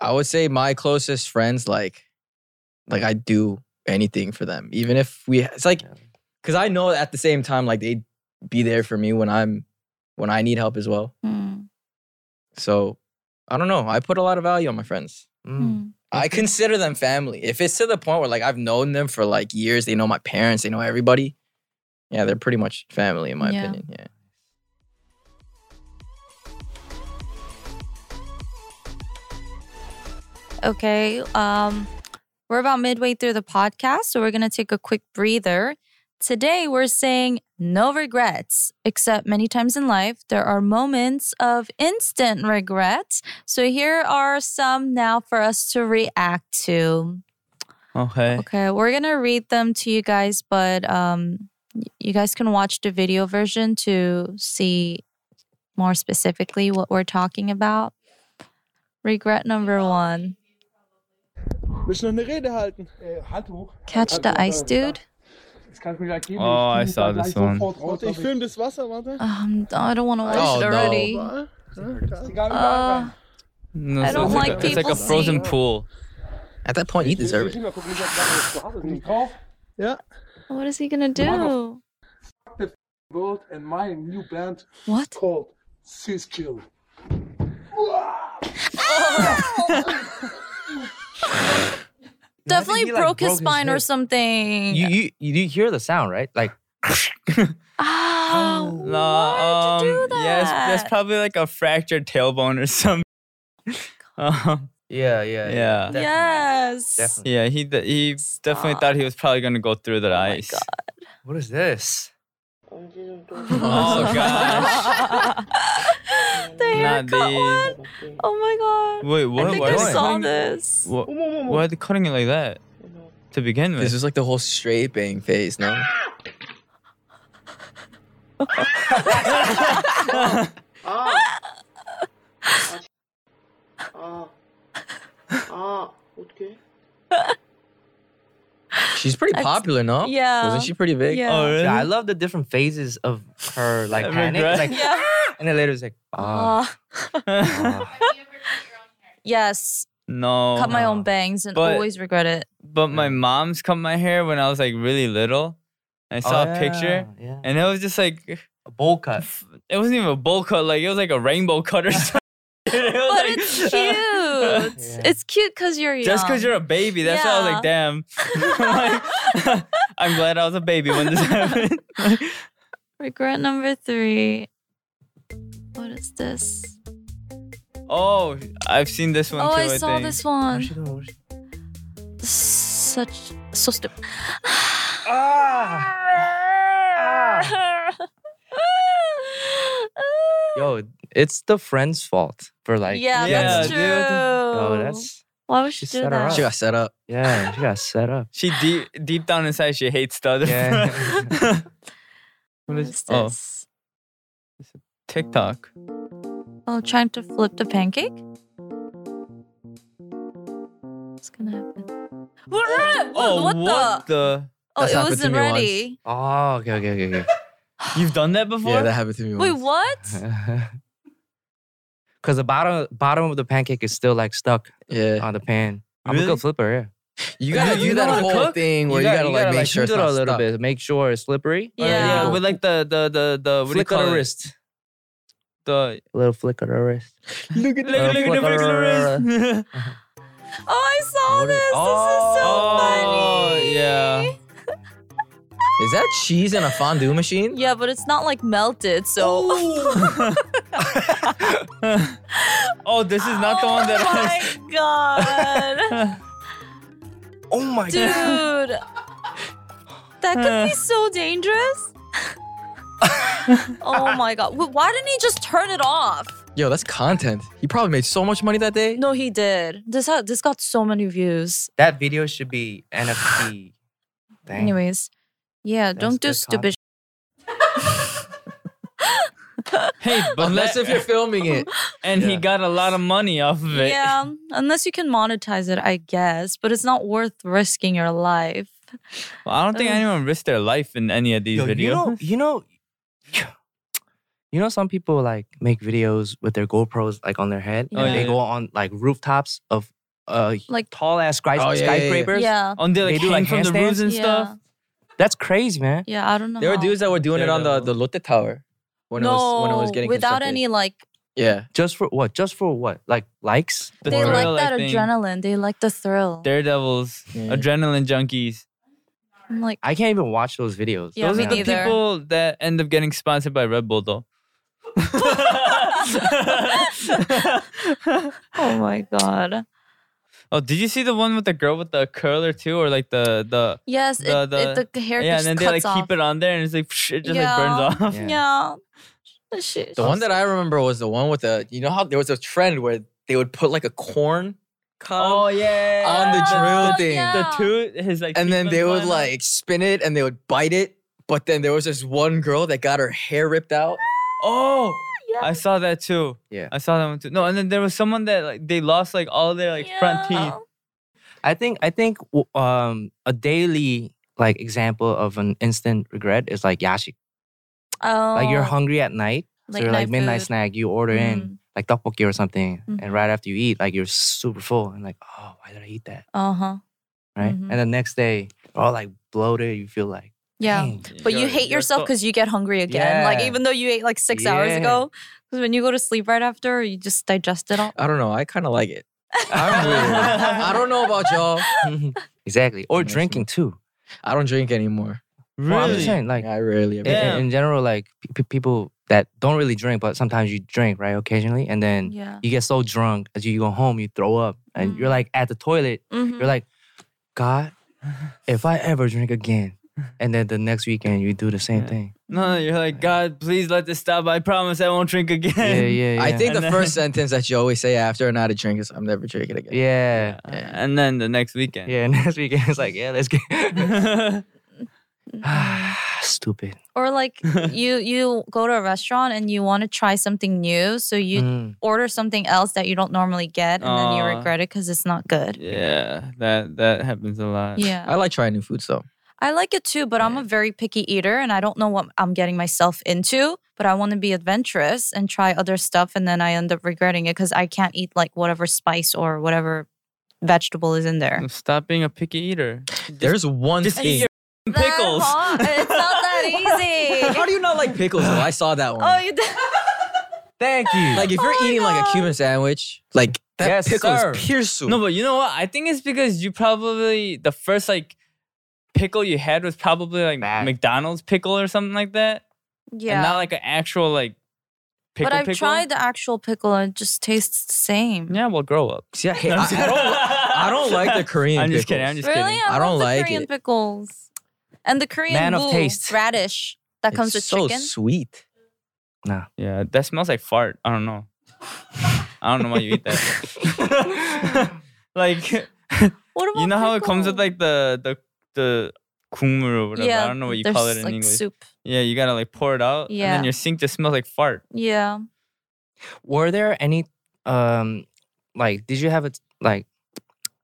Speaker 3: I would say my closest friends like like I do anything for them. Even if we it's like
Speaker 4: Yeah.
Speaker 3: cuz I know at the same time like they'd be there for me when I'm when I need help as well.
Speaker 1: Mm.
Speaker 3: So, I don't know. I put a lot of value on my friends.
Speaker 4: Mm.
Speaker 1: Hmm.
Speaker 3: I consider them family. If it's to the point where like I've known them for like years, they know my parents, they know everybody. Yeah, they're pretty much family in my
Speaker 1: Yeah.
Speaker 3: opinion. Yeah.
Speaker 1: Okay. Um, we're about midway through the podcast, so we're going to take a quick breather. Today, we're saying no regrets, except many times in life, there are moments of instant regret. So, here are some now for us to react to.
Speaker 2: Okay.
Speaker 1: Okay, we're gonna read them to you guys, but um, y- you guys can watch the video version to see more specifically what we're talking about. Regret number one. Catch the ice, dude.
Speaker 2: Oh, I saw this one.
Speaker 1: Um, I don't want to watch
Speaker 3: Oh,
Speaker 1: it
Speaker 3: no.
Speaker 1: already. Uh,
Speaker 2: No,
Speaker 1: I
Speaker 2: so
Speaker 1: don't
Speaker 2: it's
Speaker 1: like
Speaker 2: a, It's like
Speaker 1: people
Speaker 2: a frozen
Speaker 1: seeing-
Speaker 2: pool.
Speaker 3: At that point, you deserve it.
Speaker 1: what is he gonna do? What? Definitely
Speaker 4: he, like,
Speaker 1: broke his
Speaker 4: broke his
Speaker 1: spine or
Speaker 4: hip.
Speaker 1: something.
Speaker 4: You, you you do hear the sound, right? Like
Speaker 1: Ah,
Speaker 2: No,
Speaker 1: why'd you do
Speaker 2: Oh, um, Yes, that's
Speaker 1: that?
Speaker 2: probably like a fractured tailbone or something. um,
Speaker 4: Yeah, yeah.
Speaker 2: yeah. Yeah. Definitely.
Speaker 1: yes.
Speaker 4: Definitely.
Speaker 2: yeah, he d- he definitely
Speaker 1: Stop. Oh
Speaker 2: thought he was probably gonna go through the ice.
Speaker 4: What is this?
Speaker 2: Oh gosh.
Speaker 1: the
Speaker 2: Not
Speaker 1: haircut
Speaker 2: the-
Speaker 1: one. Oh my god.
Speaker 2: Wait,
Speaker 1: I
Speaker 2: what?
Speaker 1: think
Speaker 2: why are
Speaker 1: I
Speaker 2: they
Speaker 4: going?
Speaker 1: saw
Speaker 2: cutting-
Speaker 1: this.
Speaker 2: Wha- why are they cutting it like that to begin with?
Speaker 3: This is like the whole straight bang phase, no? She's pretty
Speaker 1: That's-
Speaker 3: popular, no?
Speaker 1: yeah.
Speaker 3: Wasn't she pretty big?
Speaker 1: Yeah.
Speaker 2: oh really?
Speaker 4: Yeah, I love the different phases of her like
Speaker 2: Of
Speaker 4: panic.
Speaker 2: regret.
Speaker 4: Like,
Speaker 1: Yeah.
Speaker 4: and then later it's like, ah.
Speaker 1: Ah.
Speaker 4: ah.
Speaker 1: yes.
Speaker 2: no.
Speaker 1: Cut my own bangs and
Speaker 2: Uh-huh. But-
Speaker 1: always regret it.
Speaker 2: but my mom's cut my hair when I was like really little. I saw
Speaker 3: Oh,
Speaker 2: a picture
Speaker 4: Yeah, yeah.
Speaker 2: and it was just like
Speaker 4: a bowl cut.
Speaker 2: it wasn't even a bowl cut, like it was like a rainbow cut or something. It was
Speaker 1: But
Speaker 2: like-
Speaker 1: it's cute. It's cute because you're young.
Speaker 2: Just because you're a baby, that's why I was like, damn. Like, I'm glad I was a baby when this happened.
Speaker 1: Regret number three. What is this?
Speaker 2: Oh, I've seen this one
Speaker 1: oh,
Speaker 2: too.
Speaker 1: I saw
Speaker 2: think.
Speaker 1: this
Speaker 4: What's
Speaker 1: one.
Speaker 4: she doing? What's she-
Speaker 1: Such so stupid.
Speaker 2: Ah. Ah.
Speaker 4: Yo, it's the friend's fault for like.
Speaker 1: yeah,
Speaker 2: Yeah,
Speaker 1: that's
Speaker 2: dude.
Speaker 1: true.
Speaker 4: Oh, that's
Speaker 1: Why would
Speaker 4: she
Speaker 1: she do
Speaker 4: set her
Speaker 1: that?
Speaker 3: She got set up.
Speaker 4: yeah. She got set up.
Speaker 2: She deep deep down inside, she hates the other.
Speaker 4: Yeah.
Speaker 2: friend.
Speaker 1: What
Speaker 3: Oh.
Speaker 2: What
Speaker 1: is
Speaker 2: is- oh.
Speaker 1: this?
Speaker 2: TikTok.
Speaker 1: Oh, trying to flip the pancake? What's gonna happen? What,
Speaker 2: Oh,
Speaker 1: what,
Speaker 2: what
Speaker 1: the?
Speaker 2: the?
Speaker 1: Oh,
Speaker 3: That's
Speaker 1: it
Speaker 3: happened to
Speaker 1: wasn't
Speaker 3: me once.
Speaker 1: ready.
Speaker 4: Oh, okay, okay, okay, okay.
Speaker 2: You've done that before?
Speaker 3: Yeah, that happened to me.
Speaker 1: Wait,
Speaker 3: once.
Speaker 1: what?
Speaker 4: Because the bottom bottom of the pancake is still like stuck
Speaker 3: Yeah,
Speaker 4: on the pan. I'm a
Speaker 2: Really?
Speaker 4: good flipper, yeah.
Speaker 3: you gotta
Speaker 2: you
Speaker 3: do that
Speaker 2: know how to
Speaker 3: whole
Speaker 2: cook?
Speaker 3: thing where you gotta, like make sure it's
Speaker 4: do it
Speaker 3: not
Speaker 4: a little
Speaker 3: stuck.
Speaker 4: bit, make sure it's slippery.
Speaker 2: Or,
Speaker 1: Yeah.
Speaker 2: with like the the the the what do you
Speaker 4: flick of
Speaker 2: call
Speaker 4: the
Speaker 2: it?
Speaker 4: wrist,
Speaker 2: The
Speaker 4: a little flick of the wrist.
Speaker 2: look at look,
Speaker 4: Uh,
Speaker 2: look at the
Speaker 4: flick of the
Speaker 2: regular wrist.
Speaker 1: Oh, I saw
Speaker 4: What is-
Speaker 1: this.
Speaker 2: oh,
Speaker 1: this is so funny.
Speaker 2: yeah.
Speaker 3: Is that cheese in a fondue machine?
Speaker 1: Yeah, but it's not like melted, so.
Speaker 2: oh, this is not the one that I.
Speaker 1: Oh my god.
Speaker 4: Oh my
Speaker 1: Dude. That could be so dangerous. oh my god. Wh- Why didn't he just turn it off?
Speaker 3: Yo, that's content. He probably made so much money that day.
Speaker 1: No, he did. This ha- this got so many views.
Speaker 4: That video should be NFT. Dang.
Speaker 1: Anyways, yeah, don't do
Speaker 4: good
Speaker 1: stupid.
Speaker 2: Hey, but
Speaker 3: Unless
Speaker 2: that-
Speaker 3: if you're filming it.
Speaker 2: and he
Speaker 4: Yeah.
Speaker 2: got a lot of money off of
Speaker 1: Sh-
Speaker 2: it.
Speaker 1: yeah, unless you can monetize it, I guess. But it's not worth risking your life.
Speaker 2: Well, I don't think
Speaker 1: Ugh.
Speaker 2: anyone risked their life in any of these
Speaker 4: Yo,
Speaker 2: videos.
Speaker 4: you know, you know, you know, some people like make videos with their GoPros like on their head.
Speaker 1: Oh,
Speaker 4: and
Speaker 2: yeah,
Speaker 4: they
Speaker 2: yeah.
Speaker 4: go on like rooftops of uh
Speaker 1: Like-
Speaker 4: tall ass sky-
Speaker 3: Oh, yeah, yeah, yeah.
Speaker 4: skyscrapers.
Speaker 1: Yeah,
Speaker 2: on the like,
Speaker 4: They do,
Speaker 2: hang
Speaker 4: like,
Speaker 2: from the roofs
Speaker 4: handstands?
Speaker 2: and
Speaker 1: yeah,
Speaker 2: stuff.
Speaker 4: That's crazy, man.
Speaker 1: yeah. I don't know.
Speaker 3: There were
Speaker 1: how.
Speaker 3: dudes that were doing it on the, the
Speaker 2: Daredevil.
Speaker 3: Lotte Tower when
Speaker 1: no,
Speaker 3: it was when it was getting
Speaker 1: without
Speaker 3: constructed.
Speaker 1: any like.
Speaker 3: Yeah.
Speaker 4: Just for what? Just for what? Like likes?
Speaker 2: The
Speaker 1: they
Speaker 2: thrill,
Speaker 1: like that
Speaker 2: I think.
Speaker 1: adrenaline. They like the thrill.
Speaker 2: Daredevils,
Speaker 3: Yeah.
Speaker 2: adrenaline junkies.
Speaker 1: I'm like,
Speaker 4: I can't even watch those videos.
Speaker 1: yeah,
Speaker 2: Those
Speaker 1: me
Speaker 2: are the
Speaker 1: neither.
Speaker 2: people that end up getting sponsored by Red Bull, though.
Speaker 1: Oh my god.
Speaker 2: oh, did you see the one with the girl with the curler too, or like the the
Speaker 1: Yes, it, the,
Speaker 2: The- the-
Speaker 1: it, the hair
Speaker 2: yeah,
Speaker 1: just
Speaker 2: and then they
Speaker 1: cuts
Speaker 2: like
Speaker 1: off.
Speaker 2: keep it on there and it's like psh, it just like burns off.
Speaker 4: Yeah.
Speaker 1: Yeah. The shit.
Speaker 3: The one that I remember was the one with the you know how there was a trend where they would put like a corn
Speaker 2: Oh yeah,
Speaker 3: on the drill
Speaker 1: Oh,
Speaker 3: thing.
Speaker 1: yeah.
Speaker 2: the two his like,
Speaker 3: And then
Speaker 2: teeth
Speaker 3: they
Speaker 2: was
Speaker 3: would
Speaker 2: flying
Speaker 3: like spin it and they would bite it. But then there was this one girl that got her hair ripped out.
Speaker 2: out. Oh, I saw that too.
Speaker 4: Yeah.
Speaker 2: I saw that one too. No, and then there was someone that like they lost like all their like front teeth.
Speaker 1: Yeah.
Speaker 4: I think I think w- um a daily like example of an instant regret is like yashi.
Speaker 1: Oh.
Speaker 4: Like you're hungry at night, so
Speaker 1: Late
Speaker 4: you're like
Speaker 1: night
Speaker 4: midnight
Speaker 1: food. Mm.
Speaker 4: snack. You order in like tteokbokki or something,
Speaker 1: Mhm.
Speaker 4: and right after you eat, like you're super full and like, oh, why did I eat that?
Speaker 1: Uh huh.
Speaker 4: Right,
Speaker 1: Mhm.
Speaker 4: and the next day, you're all like bloated. You feel like
Speaker 1: Yeah.
Speaker 4: dang.
Speaker 1: But you
Speaker 2: You're-
Speaker 1: hate
Speaker 2: you're
Speaker 1: yourself
Speaker 2: so-
Speaker 1: because you get hungry again. Like
Speaker 4: Yeah.
Speaker 1: even though you ate like six hours
Speaker 4: Yeah.
Speaker 1: ago, because when you go to sleep right after, you just digest it all.
Speaker 3: I don't know. I kind of like it. I'm weird. I don't know about y'all.
Speaker 4: exactly, or
Speaker 3: Makes me-
Speaker 4: drinking too.
Speaker 3: I don't drink anymore.
Speaker 4: Well, I'm
Speaker 2: Really?
Speaker 4: just saying, like
Speaker 3: I rarely ever.
Speaker 4: in-
Speaker 2: Yeah.
Speaker 4: in, in general, like pe- pe- people that don't really drink, but sometimes you drink, right? Occasionally, and then
Speaker 1: Yeah.
Speaker 4: you get so drunk as you go home, you throw up, and you're like at the toilet,
Speaker 1: Mhm.
Speaker 4: you're like, God, if I ever drink again, and then the next weekend you do the same
Speaker 2: Yeah.
Speaker 4: thing.
Speaker 2: No, you're like God. Please let this stop. I promise I won't drink again.
Speaker 4: Yeah, yeah, yeah.
Speaker 3: I think
Speaker 2: And
Speaker 3: the
Speaker 2: then-
Speaker 3: first sentence that you always say after not a drink is "I'm never drinking again."
Speaker 4: Yeah,
Speaker 2: And then the next weekend.
Speaker 4: yeah. Next weekend it's like, yeah, let's get stupid.
Speaker 1: Or like you you go to a restaurant and you want to try something new, so you
Speaker 4: Mm.
Speaker 1: order something else that you don't normally get, and then you
Speaker 2: Mm-hmm. Aw.
Speaker 1: regret it because it's not good.
Speaker 2: Yeah, that that happens a lot.
Speaker 1: Yeah.
Speaker 3: I like trying new foods though.
Speaker 1: I like it too, but I'm a very picky eater and I don't know what I'm getting myself into, but I want to be adventurous and try other stuff and then I end up regretting it cuz I can't eat like whatever spice or whatever vegetable is in there.
Speaker 2: Stop being a picky eater.
Speaker 3: There's one
Speaker 2: Just
Speaker 3: thing.
Speaker 2: eat your pickles.
Speaker 1: That hard. it's not that
Speaker 3: How
Speaker 1: easy.
Speaker 3: do you not like pickles? Though I saw that one.
Speaker 1: oh, you did.
Speaker 4: Thank you.
Speaker 3: Like if you're
Speaker 2: Oh,
Speaker 3: eating like a Cuban sandwich, like that
Speaker 4: Yes,
Speaker 3: pickle
Speaker 4: sir.
Speaker 3: is piercing.
Speaker 2: No, but you know what? I think it's because you probably the first like pickle you had was probably like
Speaker 4: Bad.
Speaker 2: McDonald's pickle or something like that, and not
Speaker 1: Yeah.
Speaker 2: like an actual like pickle.
Speaker 1: But I've
Speaker 2: pickle.
Speaker 1: tried the actual pickle and it just tastes the same.
Speaker 2: Yeah, well, grow up.
Speaker 3: See, I, hate, I, I don't, I don't like the Korean.
Speaker 2: I'm just kidding.
Speaker 3: pickles.
Speaker 2: I'm just
Speaker 1: Really?
Speaker 2: kidding.
Speaker 1: I,
Speaker 3: I
Speaker 1: love
Speaker 3: don't
Speaker 1: the
Speaker 3: like
Speaker 1: Korean
Speaker 3: it.
Speaker 1: pickles. And the Korean
Speaker 4: Man of
Speaker 1: gu,
Speaker 4: taste.
Speaker 1: radish that comes
Speaker 3: It's
Speaker 1: with
Speaker 3: so
Speaker 1: chicken.
Speaker 3: sweet.
Speaker 2: Yeah, that smells like fart. I don't know. I don't know why you eat that. like
Speaker 1: What about
Speaker 2: you know how it comes
Speaker 1: pickle?
Speaker 2: with like the the the kumar or whatever.
Speaker 1: yeah,
Speaker 2: I don't know what you
Speaker 1: there's
Speaker 2: call it in
Speaker 1: like
Speaker 2: English.
Speaker 1: Soup.
Speaker 2: Yeah, you gotta like pour it out, and
Speaker 1: Yeah.
Speaker 2: then your sink just smells like fart.
Speaker 1: Yeah.
Speaker 4: Were there any um like did you have a t- like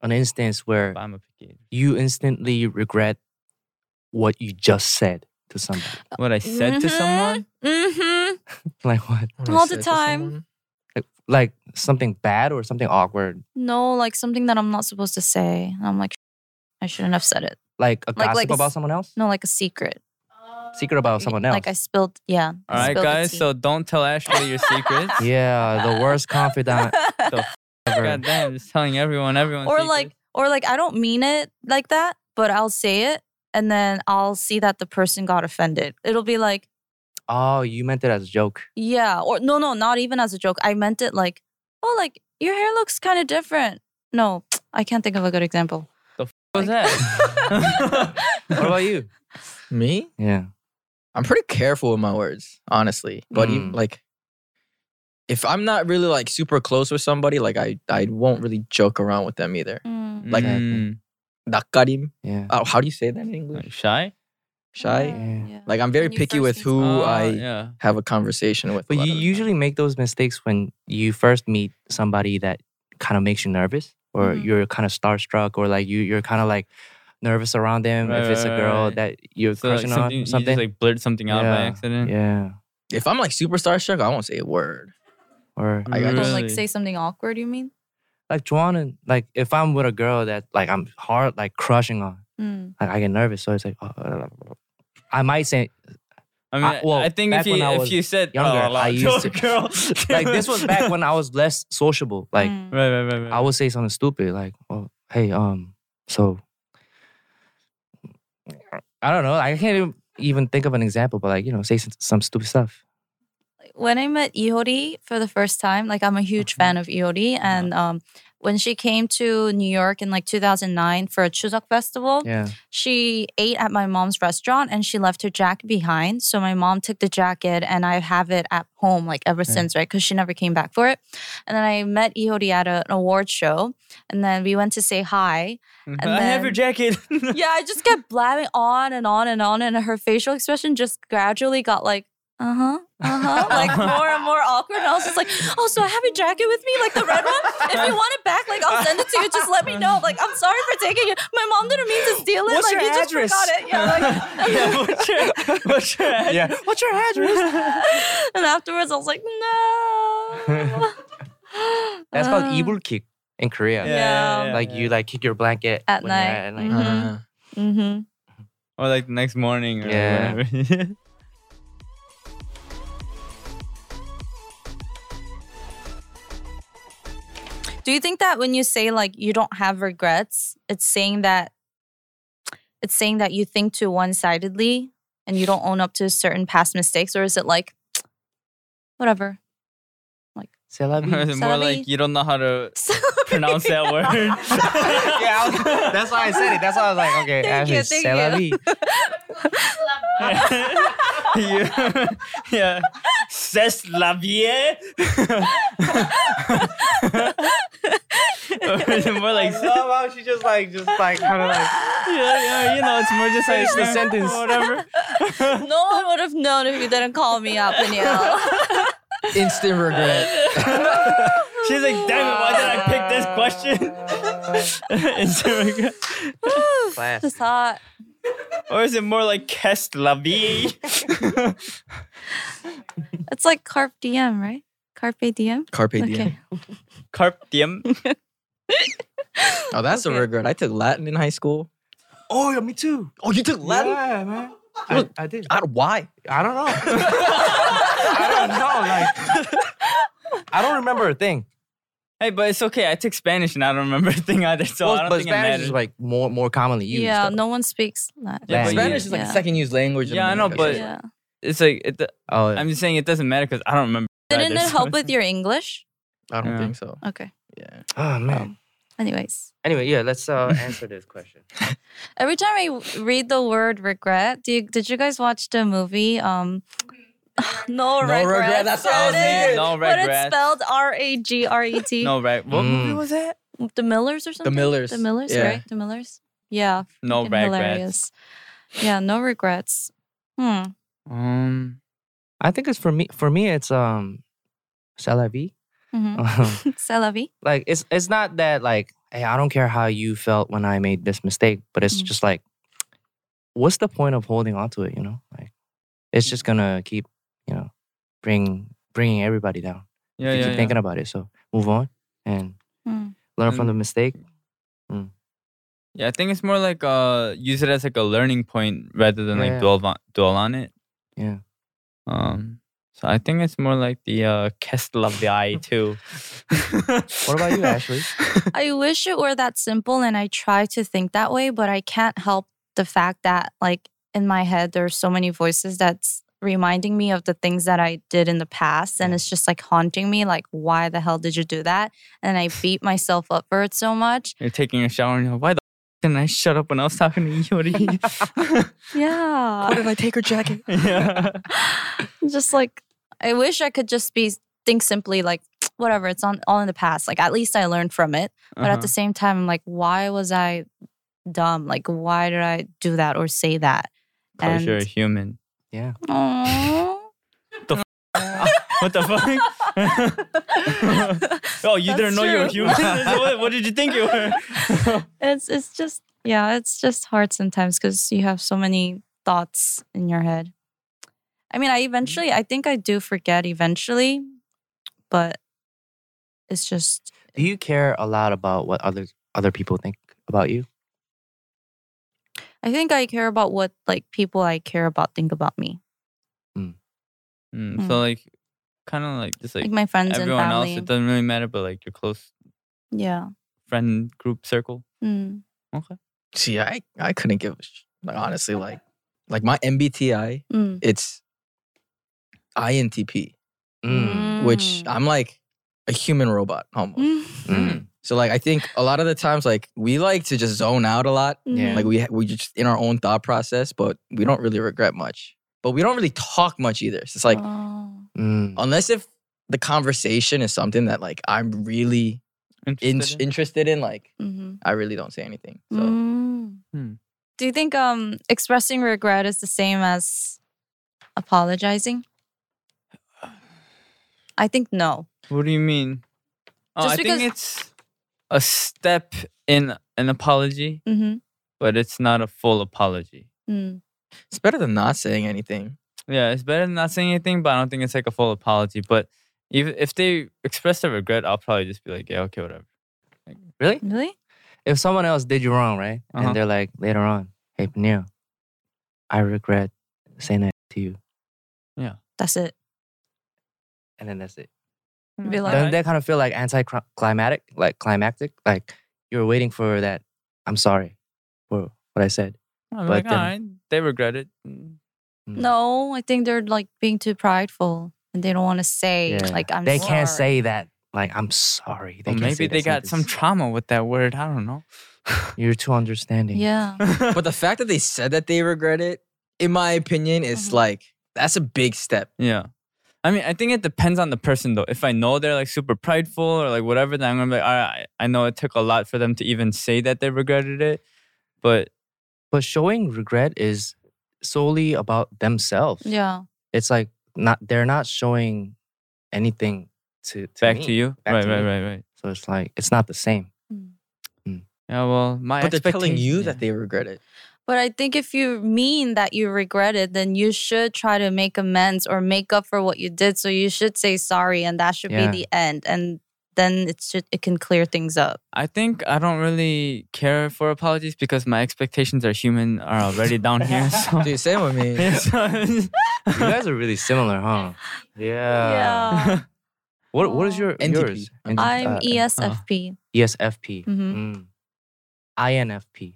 Speaker 4: an instance where
Speaker 2: But I'm a picky. eater.
Speaker 4: you instantly regret what you just said to somebody?
Speaker 2: What I said to someone?
Speaker 1: Mm-hmm.
Speaker 4: Like what?
Speaker 3: When I
Speaker 1: All the
Speaker 3: said to
Speaker 1: time.
Speaker 3: someone-
Speaker 4: Like something bad or something awkward?
Speaker 1: No, like something that I'm not supposed to say. And I'm like, I shouldn't have said it.
Speaker 4: Like a
Speaker 1: Like-
Speaker 4: gossip
Speaker 1: like
Speaker 4: about
Speaker 1: s-
Speaker 4: someone else?
Speaker 1: No, like a secret.
Speaker 4: Secret about someone else?
Speaker 1: Like I spilled. Yeah.
Speaker 2: All right, guys. So don't tell Ashley your secrets.
Speaker 4: yeah, the worst confidant
Speaker 2: So
Speaker 4: ever.
Speaker 2: God damn, just telling everyone, everyone.
Speaker 1: or like, or like, I don't mean it like that, but I'll say it, and then I'll see that the person got offended. It'll be like,
Speaker 4: Oh, you meant it as a joke.
Speaker 1: yeah, or no, no, not even as a joke. I meant it like, oh, like your hair looks kind of different. No, I can't think of a good example.
Speaker 2: what was that?
Speaker 4: What about you?
Speaker 3: Me?
Speaker 4: Yeah.
Speaker 3: I'm pretty careful with my words, honestly. But even,
Speaker 2: Hmm.
Speaker 4: Mm.
Speaker 3: like, if I'm not really like super close with somebody, like I I won't really joke around with them either.
Speaker 1: Mm.
Speaker 3: Like-
Speaker 2: Mm,
Speaker 3: Nakarim.
Speaker 4: Yeah.
Speaker 2: Uh,
Speaker 3: Oh, how do you say that in English?
Speaker 2: like shy.
Speaker 3: Shy.
Speaker 4: Yeah.
Speaker 1: Yeah.
Speaker 3: Like I'm very
Speaker 1: When you
Speaker 3: picky
Speaker 1: first
Speaker 3: with
Speaker 1: meet
Speaker 3: who
Speaker 2: Uh,
Speaker 3: I
Speaker 2: yeah.
Speaker 3: have a conversation with. a
Speaker 4: But
Speaker 3: lot
Speaker 4: you
Speaker 3: of the
Speaker 4: usually make those mistakes when you first meet somebody that kind of makes you nervous, or
Speaker 1: Mhm.
Speaker 4: you're kind of starstruck, or like you you're kind of like nervous around them
Speaker 2: Right,
Speaker 4: if it's a
Speaker 2: right,
Speaker 4: girl
Speaker 2: right.
Speaker 4: that you're
Speaker 2: So like
Speaker 4: crushing
Speaker 2: something,
Speaker 4: on,
Speaker 2: you
Speaker 4: or
Speaker 2: just
Speaker 4: something.
Speaker 2: like blurt something out by
Speaker 4: Yeah.
Speaker 2: accident.
Speaker 4: yeah,
Speaker 3: time. If I'm like superstar struck, I won't say a word.
Speaker 4: or
Speaker 2: Mm.
Speaker 3: I got
Speaker 1: Don't
Speaker 3: you.
Speaker 1: like
Speaker 2: Really?
Speaker 1: say something awkward. You mean?
Speaker 4: like Juan and like if I'm with a girl that like I'm hard like crushing on,
Speaker 1: Mm.
Speaker 4: like I get nervous, so it's like oh, I might say
Speaker 2: I mean,
Speaker 4: I- well,
Speaker 2: I think
Speaker 4: back
Speaker 2: if you
Speaker 4: when I
Speaker 2: if
Speaker 4: was
Speaker 2: you said
Speaker 4: younger,
Speaker 2: oh, la-
Speaker 4: I used to-
Speaker 2: girl,
Speaker 4: like this was back when I was less sociable, like.
Speaker 1: Mm.
Speaker 2: Right, right, right, right.
Speaker 4: I would say something stupid like, "Oh, hey, um, so I don't know. I can't even, even think of an example, but like you know, say some, some stupid stuff.
Speaker 1: when I met Ihori for the first time, like I'm a huge
Speaker 2: Uh-huh.
Speaker 1: fan of Ihori, and um, when she came to New York in like 2009 for a Chuseok festival,
Speaker 4: Yeah,
Speaker 1: she ate at my mom's restaurant and she left her jacket behind. So my mom took the jacket, and I have it at home like ever since, right? Because she never came back for it. And then I met Ihori at a, an award show, and then we went to say hi,
Speaker 2: I have your
Speaker 1: then-
Speaker 2: jacket.
Speaker 1: yeah, I just kept blabbing on and on and on, and her facial expression just gradually got like, uh huh, uh huh, like more and more awkward. And I was just like, oh, so I have a jacket with me, like the red one. If you want it back, like I'll send it to you. Just let me know. Like I'm sorry for taking it. My mom didn't mean to steal it.
Speaker 4: What's
Speaker 1: like
Speaker 4: your
Speaker 1: you just
Speaker 4: address?"
Speaker 1: forgot it. Yeah. Like,
Speaker 2: yeah, what's your, what's your address?
Speaker 4: What's your address?
Speaker 1: and afterwards, I was like, no.
Speaker 4: That's called
Speaker 1: Uh,
Speaker 4: evil kick in Korea.
Speaker 1: Yeah.
Speaker 4: Like you like kick your blanket
Speaker 1: At
Speaker 4: when you're
Speaker 1: night.
Speaker 3: time.
Speaker 1: Mhm.
Speaker 3: Uh,
Speaker 1: Mm-hmm.
Speaker 2: or like the next morning or
Speaker 4: Yeah.
Speaker 2: whatever.
Speaker 1: Do you think that when you say like you don't have regrets, it's saying that it's saying that you think too one-sidedly and you don't own up to certain past mistakes, or is it like whatever?
Speaker 4: C'est la vie.
Speaker 2: Or is it more
Speaker 1: Sabi.
Speaker 2: like you don't know how to pronounce that word?
Speaker 4: yeah, I was- that's why I said it. That's why I was like, okay,
Speaker 1: Thank you,
Speaker 4: Ashley,
Speaker 1: thank
Speaker 4: c'est la vie.
Speaker 2: You- yeah. C'est la vie. or is it more like
Speaker 4: how she just like, just like, kind of like.
Speaker 2: yeah, yeah, you know, it's more just like
Speaker 4: Finish the sentence.
Speaker 2: whatever.
Speaker 1: no one would have known if you didn't call me out, Peniel.
Speaker 3: instant regret.
Speaker 2: She's like, damn it, why did I pick this question? It's like-
Speaker 4: Class.
Speaker 1: It's hot.
Speaker 2: or is it more like Kest la vie?
Speaker 1: It's like carp DM, right? Carpe DM.
Speaker 3: Carpe diem.
Speaker 1: Okay.
Speaker 2: Carp diem.
Speaker 3: Oh, that's a regret. I took Latin in high school.
Speaker 4: Oh, yeah, me too.
Speaker 3: Oh, you took
Speaker 4: Yeah, man. I, I did.
Speaker 3: I don't, why?
Speaker 4: I don't know. I don't know. Like, I don't remember a thing.
Speaker 2: Hey, but it's okay. I took Spanish and I don't remember a thing either, so I don't
Speaker 4: but
Speaker 2: think
Speaker 4: Spanish
Speaker 2: it
Speaker 4: is
Speaker 2: matters.
Speaker 4: like more more commonly used.
Speaker 1: yeah,
Speaker 4: though.
Speaker 1: no one speaks Latin.
Speaker 2: Yeah, but
Speaker 4: Spanish
Speaker 2: you-
Speaker 3: Spanish is like
Speaker 1: Yeah.
Speaker 3: a second used language. in
Speaker 2: Yeah, I know,
Speaker 3: America,
Speaker 2: but-
Speaker 3: so-
Speaker 1: Yeah.
Speaker 2: It's like it,
Speaker 4: Oh,
Speaker 2: I'm just saying it doesn't matter because I don't remember.
Speaker 1: Didn't
Speaker 2: either,
Speaker 1: it
Speaker 2: so-
Speaker 1: help with your English?
Speaker 3: I don't
Speaker 2: Yeah.
Speaker 3: think so.
Speaker 1: Okay.
Speaker 3: Yeah.
Speaker 4: oh man.
Speaker 1: Anyways.
Speaker 4: Anyway, yeah, let's uh, answer this question.
Speaker 1: Every time I w- read the word regret, do you, did you guys watch the movie? Um, no,
Speaker 3: regret,
Speaker 1: regrets.
Speaker 3: that's what I was
Speaker 1: it is.
Speaker 3: thinking.
Speaker 2: No
Speaker 1: But it's
Speaker 2: regrets.
Speaker 1: spelled R A G R E T.
Speaker 2: No, right? What movie
Speaker 4: Mm.
Speaker 2: was that?
Speaker 1: The Millers or something.
Speaker 3: Millers,
Speaker 1: The Millers,
Speaker 3: yeah.
Speaker 1: right? The Millers. Yeah.
Speaker 2: No
Speaker 1: freaking
Speaker 2: regrets.
Speaker 1: Hilarious. Yeah, no regrets. Hmm.
Speaker 2: Um,
Speaker 4: I think it's for me. For me, it's um, c'est la vie.
Speaker 1: Mm-hmm. C'est la vie.
Speaker 4: like it's it's not that like hey I don't care how you felt when I made this mistake, but it's
Speaker 1: Mm.
Speaker 4: just like what's the point of holding on to it? You know, like it's just gonna keep you know bring bringing everybody down.
Speaker 2: yeah,
Speaker 4: you
Speaker 2: yeah,
Speaker 4: keep
Speaker 2: yeah.
Speaker 4: thinking about it, so move on and
Speaker 1: Mm.
Speaker 4: learn from the
Speaker 2: And-
Speaker 4: mistake.
Speaker 2: yeah, I think it's more like uh, use it as like a learning point rather than like
Speaker 4: Yeah.
Speaker 2: dwell on dwell on it.
Speaker 4: Yeah.
Speaker 2: Um. So I think it's more like the uh, Kestel of the eye too. what
Speaker 4: about you, Ashley?
Speaker 1: I wish it were that simple and I try to think that way, but I can't help the fact that like in my head there are so many voices that's reminding me of the things that I did in the past and it's just like haunting me like why the hell did you do that? And I beat myself up for it so much.
Speaker 2: You're taking a shower and you're like, why the f- didn't I shut up when I was talking to you? What are you?
Speaker 1: Yeah.
Speaker 3: did I take her jacket?
Speaker 2: yeah.
Speaker 1: just like I wish I could just be think simply like whatever it's on all in the past like at least I learned from it but at
Speaker 2: Uh-huh.
Speaker 1: the same time I'm like why was I dumb like why did I do that or say that
Speaker 2: Because you're a
Speaker 1: and-
Speaker 2: human.
Speaker 4: Yeah,
Speaker 1: Aww.
Speaker 2: What the fuck? oh, you
Speaker 1: That's
Speaker 2: didn't know you were
Speaker 1: true.
Speaker 2: human. what, what did you think you were?
Speaker 1: it's it's just yeah, it's just hard sometimes because you have so many thoughts in your head. I mean, I eventually, I think I do forget eventually, but it's just
Speaker 4: do you care a lot about what other other people think about you?
Speaker 1: I think I care about what like people I care about think about me,
Speaker 2: Mm,
Speaker 1: Mm.
Speaker 2: So like, kind of like just like,
Speaker 1: like, my friends and
Speaker 2: everyone else.
Speaker 1: family.
Speaker 2: It doesn't really matter, but like your close
Speaker 1: yeah.
Speaker 2: friend group circle.
Speaker 1: Mm.
Speaker 2: Okay.
Speaker 3: See, I I couldn't give a sh- like honestly like like my MBTI
Speaker 1: Mm.
Speaker 3: it's INTP,
Speaker 4: Mm.
Speaker 3: which I'm like a human robot almost.
Speaker 2: Mm-hmm.
Speaker 4: Mm.
Speaker 3: So like I think a lot of the times like we like to just zone out a lot.
Speaker 1: Mm.
Speaker 4: Yeah.
Speaker 3: Like we we just in our own thought process, but we don't really regret much. But we don't really talk much either. So it's like
Speaker 1: Oh.
Speaker 4: Mm.
Speaker 3: unless if the conversation is something that like I'm really in-
Speaker 2: Interested in?
Speaker 3: interested in, like
Speaker 1: Mhm.
Speaker 3: I really don't say anything. So
Speaker 1: Mm.
Speaker 2: Hmm.
Speaker 1: Do you think um expressing regret is the same as apologizing? I think no.
Speaker 2: What do you mean? Oh,
Speaker 1: Just
Speaker 2: I think
Speaker 1: because-
Speaker 2: it's a step in an apology,
Speaker 1: Mm-hmm.
Speaker 2: but it's not a full apology.
Speaker 1: Mm.
Speaker 3: it's better than not saying anything.
Speaker 2: Yeah, it's better than not saying anything, but I don't think it's like a full apology. But if if they express their regret, I'll probably just be like, yeah, okay, whatever.
Speaker 4: Really?
Speaker 1: Really?
Speaker 4: If someone else did you wrong, right?
Speaker 2: Uh-huh.
Speaker 4: And they're like later on, hey Peniel, I regret saying that to you,
Speaker 1: That's it.
Speaker 4: and then that's it.
Speaker 1: Be like,
Speaker 4: Doesn't
Speaker 2: Alright.
Speaker 4: that kind of feel like anticlimactic? Like climactic? Like you're waiting for that. I'm sorry for what I said.
Speaker 2: I'm
Speaker 4: but
Speaker 2: like,
Speaker 4: then-
Speaker 2: all right, they regret it. Mm.
Speaker 1: no, I think they're like being too prideful and they don't want to say
Speaker 4: Yeah.
Speaker 1: like I'm.
Speaker 4: they can't
Speaker 1: sorry.
Speaker 4: say that. Like I'm sorry. They
Speaker 2: Or
Speaker 4: can't
Speaker 2: maybe
Speaker 4: say that
Speaker 2: they got some
Speaker 4: sentence.
Speaker 2: trauma with that word. I don't know.
Speaker 4: you're too understanding.
Speaker 1: Yeah.
Speaker 3: but the fact that they said that they regret it, in my opinion, is
Speaker 1: Mhm.
Speaker 3: like that's a big step.
Speaker 2: Yeah. I mean, I think it depends on the person though. If I know they're like super prideful or like whatever, then I'm gonna be like, all right, I know it took a lot for them to even say that they regretted it. But
Speaker 4: But showing regret is solely about themselves.
Speaker 1: Yeah.
Speaker 4: It's like not. They're not showing anything to, to
Speaker 2: back
Speaker 4: me.
Speaker 2: to you.
Speaker 4: Back
Speaker 2: right,
Speaker 4: to
Speaker 2: right,
Speaker 4: me.
Speaker 2: right, right.
Speaker 4: So it's like it's not the same.
Speaker 2: Yeah, well, my
Speaker 3: But they're
Speaker 2: expectation-
Speaker 3: telling you
Speaker 2: yeah.
Speaker 3: that they regret it.
Speaker 1: But I think if you mean that you regret it, then you should try to make amends or make up for what you did. So you should say sorry, and that should
Speaker 4: Yeah.
Speaker 1: be the end. And then it should it can clear things up.
Speaker 2: I think I don't really care for apologies because my expectations are human are already down here. So,
Speaker 3: Dude, same with me.
Speaker 2: Yeah, so-
Speaker 4: you guys are really similar, huh? Yeah. What What is your
Speaker 3: NTP.
Speaker 4: yours?
Speaker 3: I'm
Speaker 1: I'm E
Speaker 4: uh,
Speaker 1: ESFP.
Speaker 4: E ESFP.
Speaker 1: Mhm.
Speaker 4: Mm. INFP.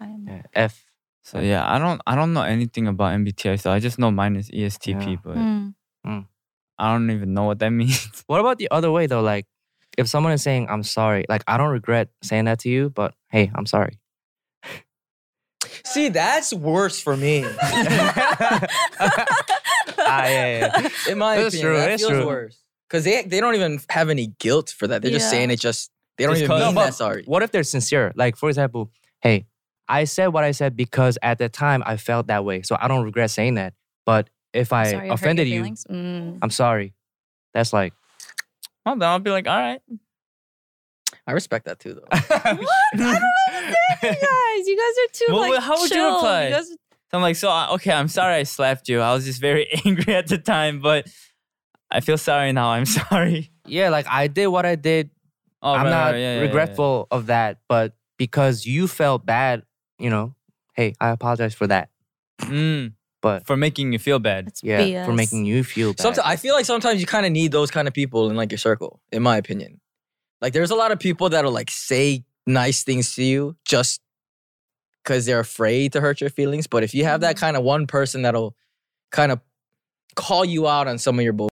Speaker 1: I'm
Speaker 4: Yeah, F.
Speaker 2: so yeah, I don't I don't know anything about MBTI. So I just know mine is E ESTP,
Speaker 4: Yeah.
Speaker 2: but
Speaker 1: Hmm.
Speaker 2: I don't even know what that means.
Speaker 4: What about the other way though? Like, if someone is saying "I'm sorry," like I don't regret saying that to you, but hey, I'm sorry.
Speaker 3: See, that's worse for me.
Speaker 4: Ah, yeah, yeah.
Speaker 3: In my
Speaker 4: That's
Speaker 3: opinion,
Speaker 4: true,
Speaker 3: that
Speaker 4: that's
Speaker 3: feels
Speaker 4: true.
Speaker 3: worse. Because they they don't even have any guilt for that. They're just
Speaker 1: Yeah.
Speaker 3: saying it just they don't
Speaker 2: Just
Speaker 3: even
Speaker 2: cause-
Speaker 3: mean
Speaker 2: No, but
Speaker 3: that sorry.
Speaker 4: What if they're sincere? Like, for example, hey, I said what I said because at that time I felt that way. So I don't regret saying that. But if I
Speaker 1: Sorry, I hurt your
Speaker 4: offended you,
Speaker 1: feelings. Mm.
Speaker 4: I'm sorry. That's like
Speaker 2: Well, then I'll be like, all right.
Speaker 3: I respect that too, though.
Speaker 1: What? I don't know what to say, guys. You guys are too
Speaker 2: Well,
Speaker 1: like
Speaker 2: well, how would you
Speaker 1: chill.
Speaker 2: reply?
Speaker 1: guys-
Speaker 2: So I'm like, so I, okay, I'm sorry I slapped you. I was just very angry at the time, but I feel sorry now. I'm sorry.
Speaker 4: yeah, like I did what I did.
Speaker 2: Oh,
Speaker 4: I'm
Speaker 2: right,
Speaker 4: not
Speaker 2: right, yeah, yeah, yeah,
Speaker 4: regretful of that, but because you felt bad, you know, hey, I apologize for that.
Speaker 2: yeah. Mm,
Speaker 4: But
Speaker 2: for making you feel bad.
Speaker 1: That's
Speaker 4: yeah, for
Speaker 1: BS.
Speaker 4: making you feel bad.
Speaker 3: Sometimes I feel like sometimes you kind of need those kind of people in like your circle, in my opinion. Like there's a lot of people that'll like say nice things to you just because they're afraid to hurt your feelings. But if you have that kind of one person that'll kind of call you out on some of your bull,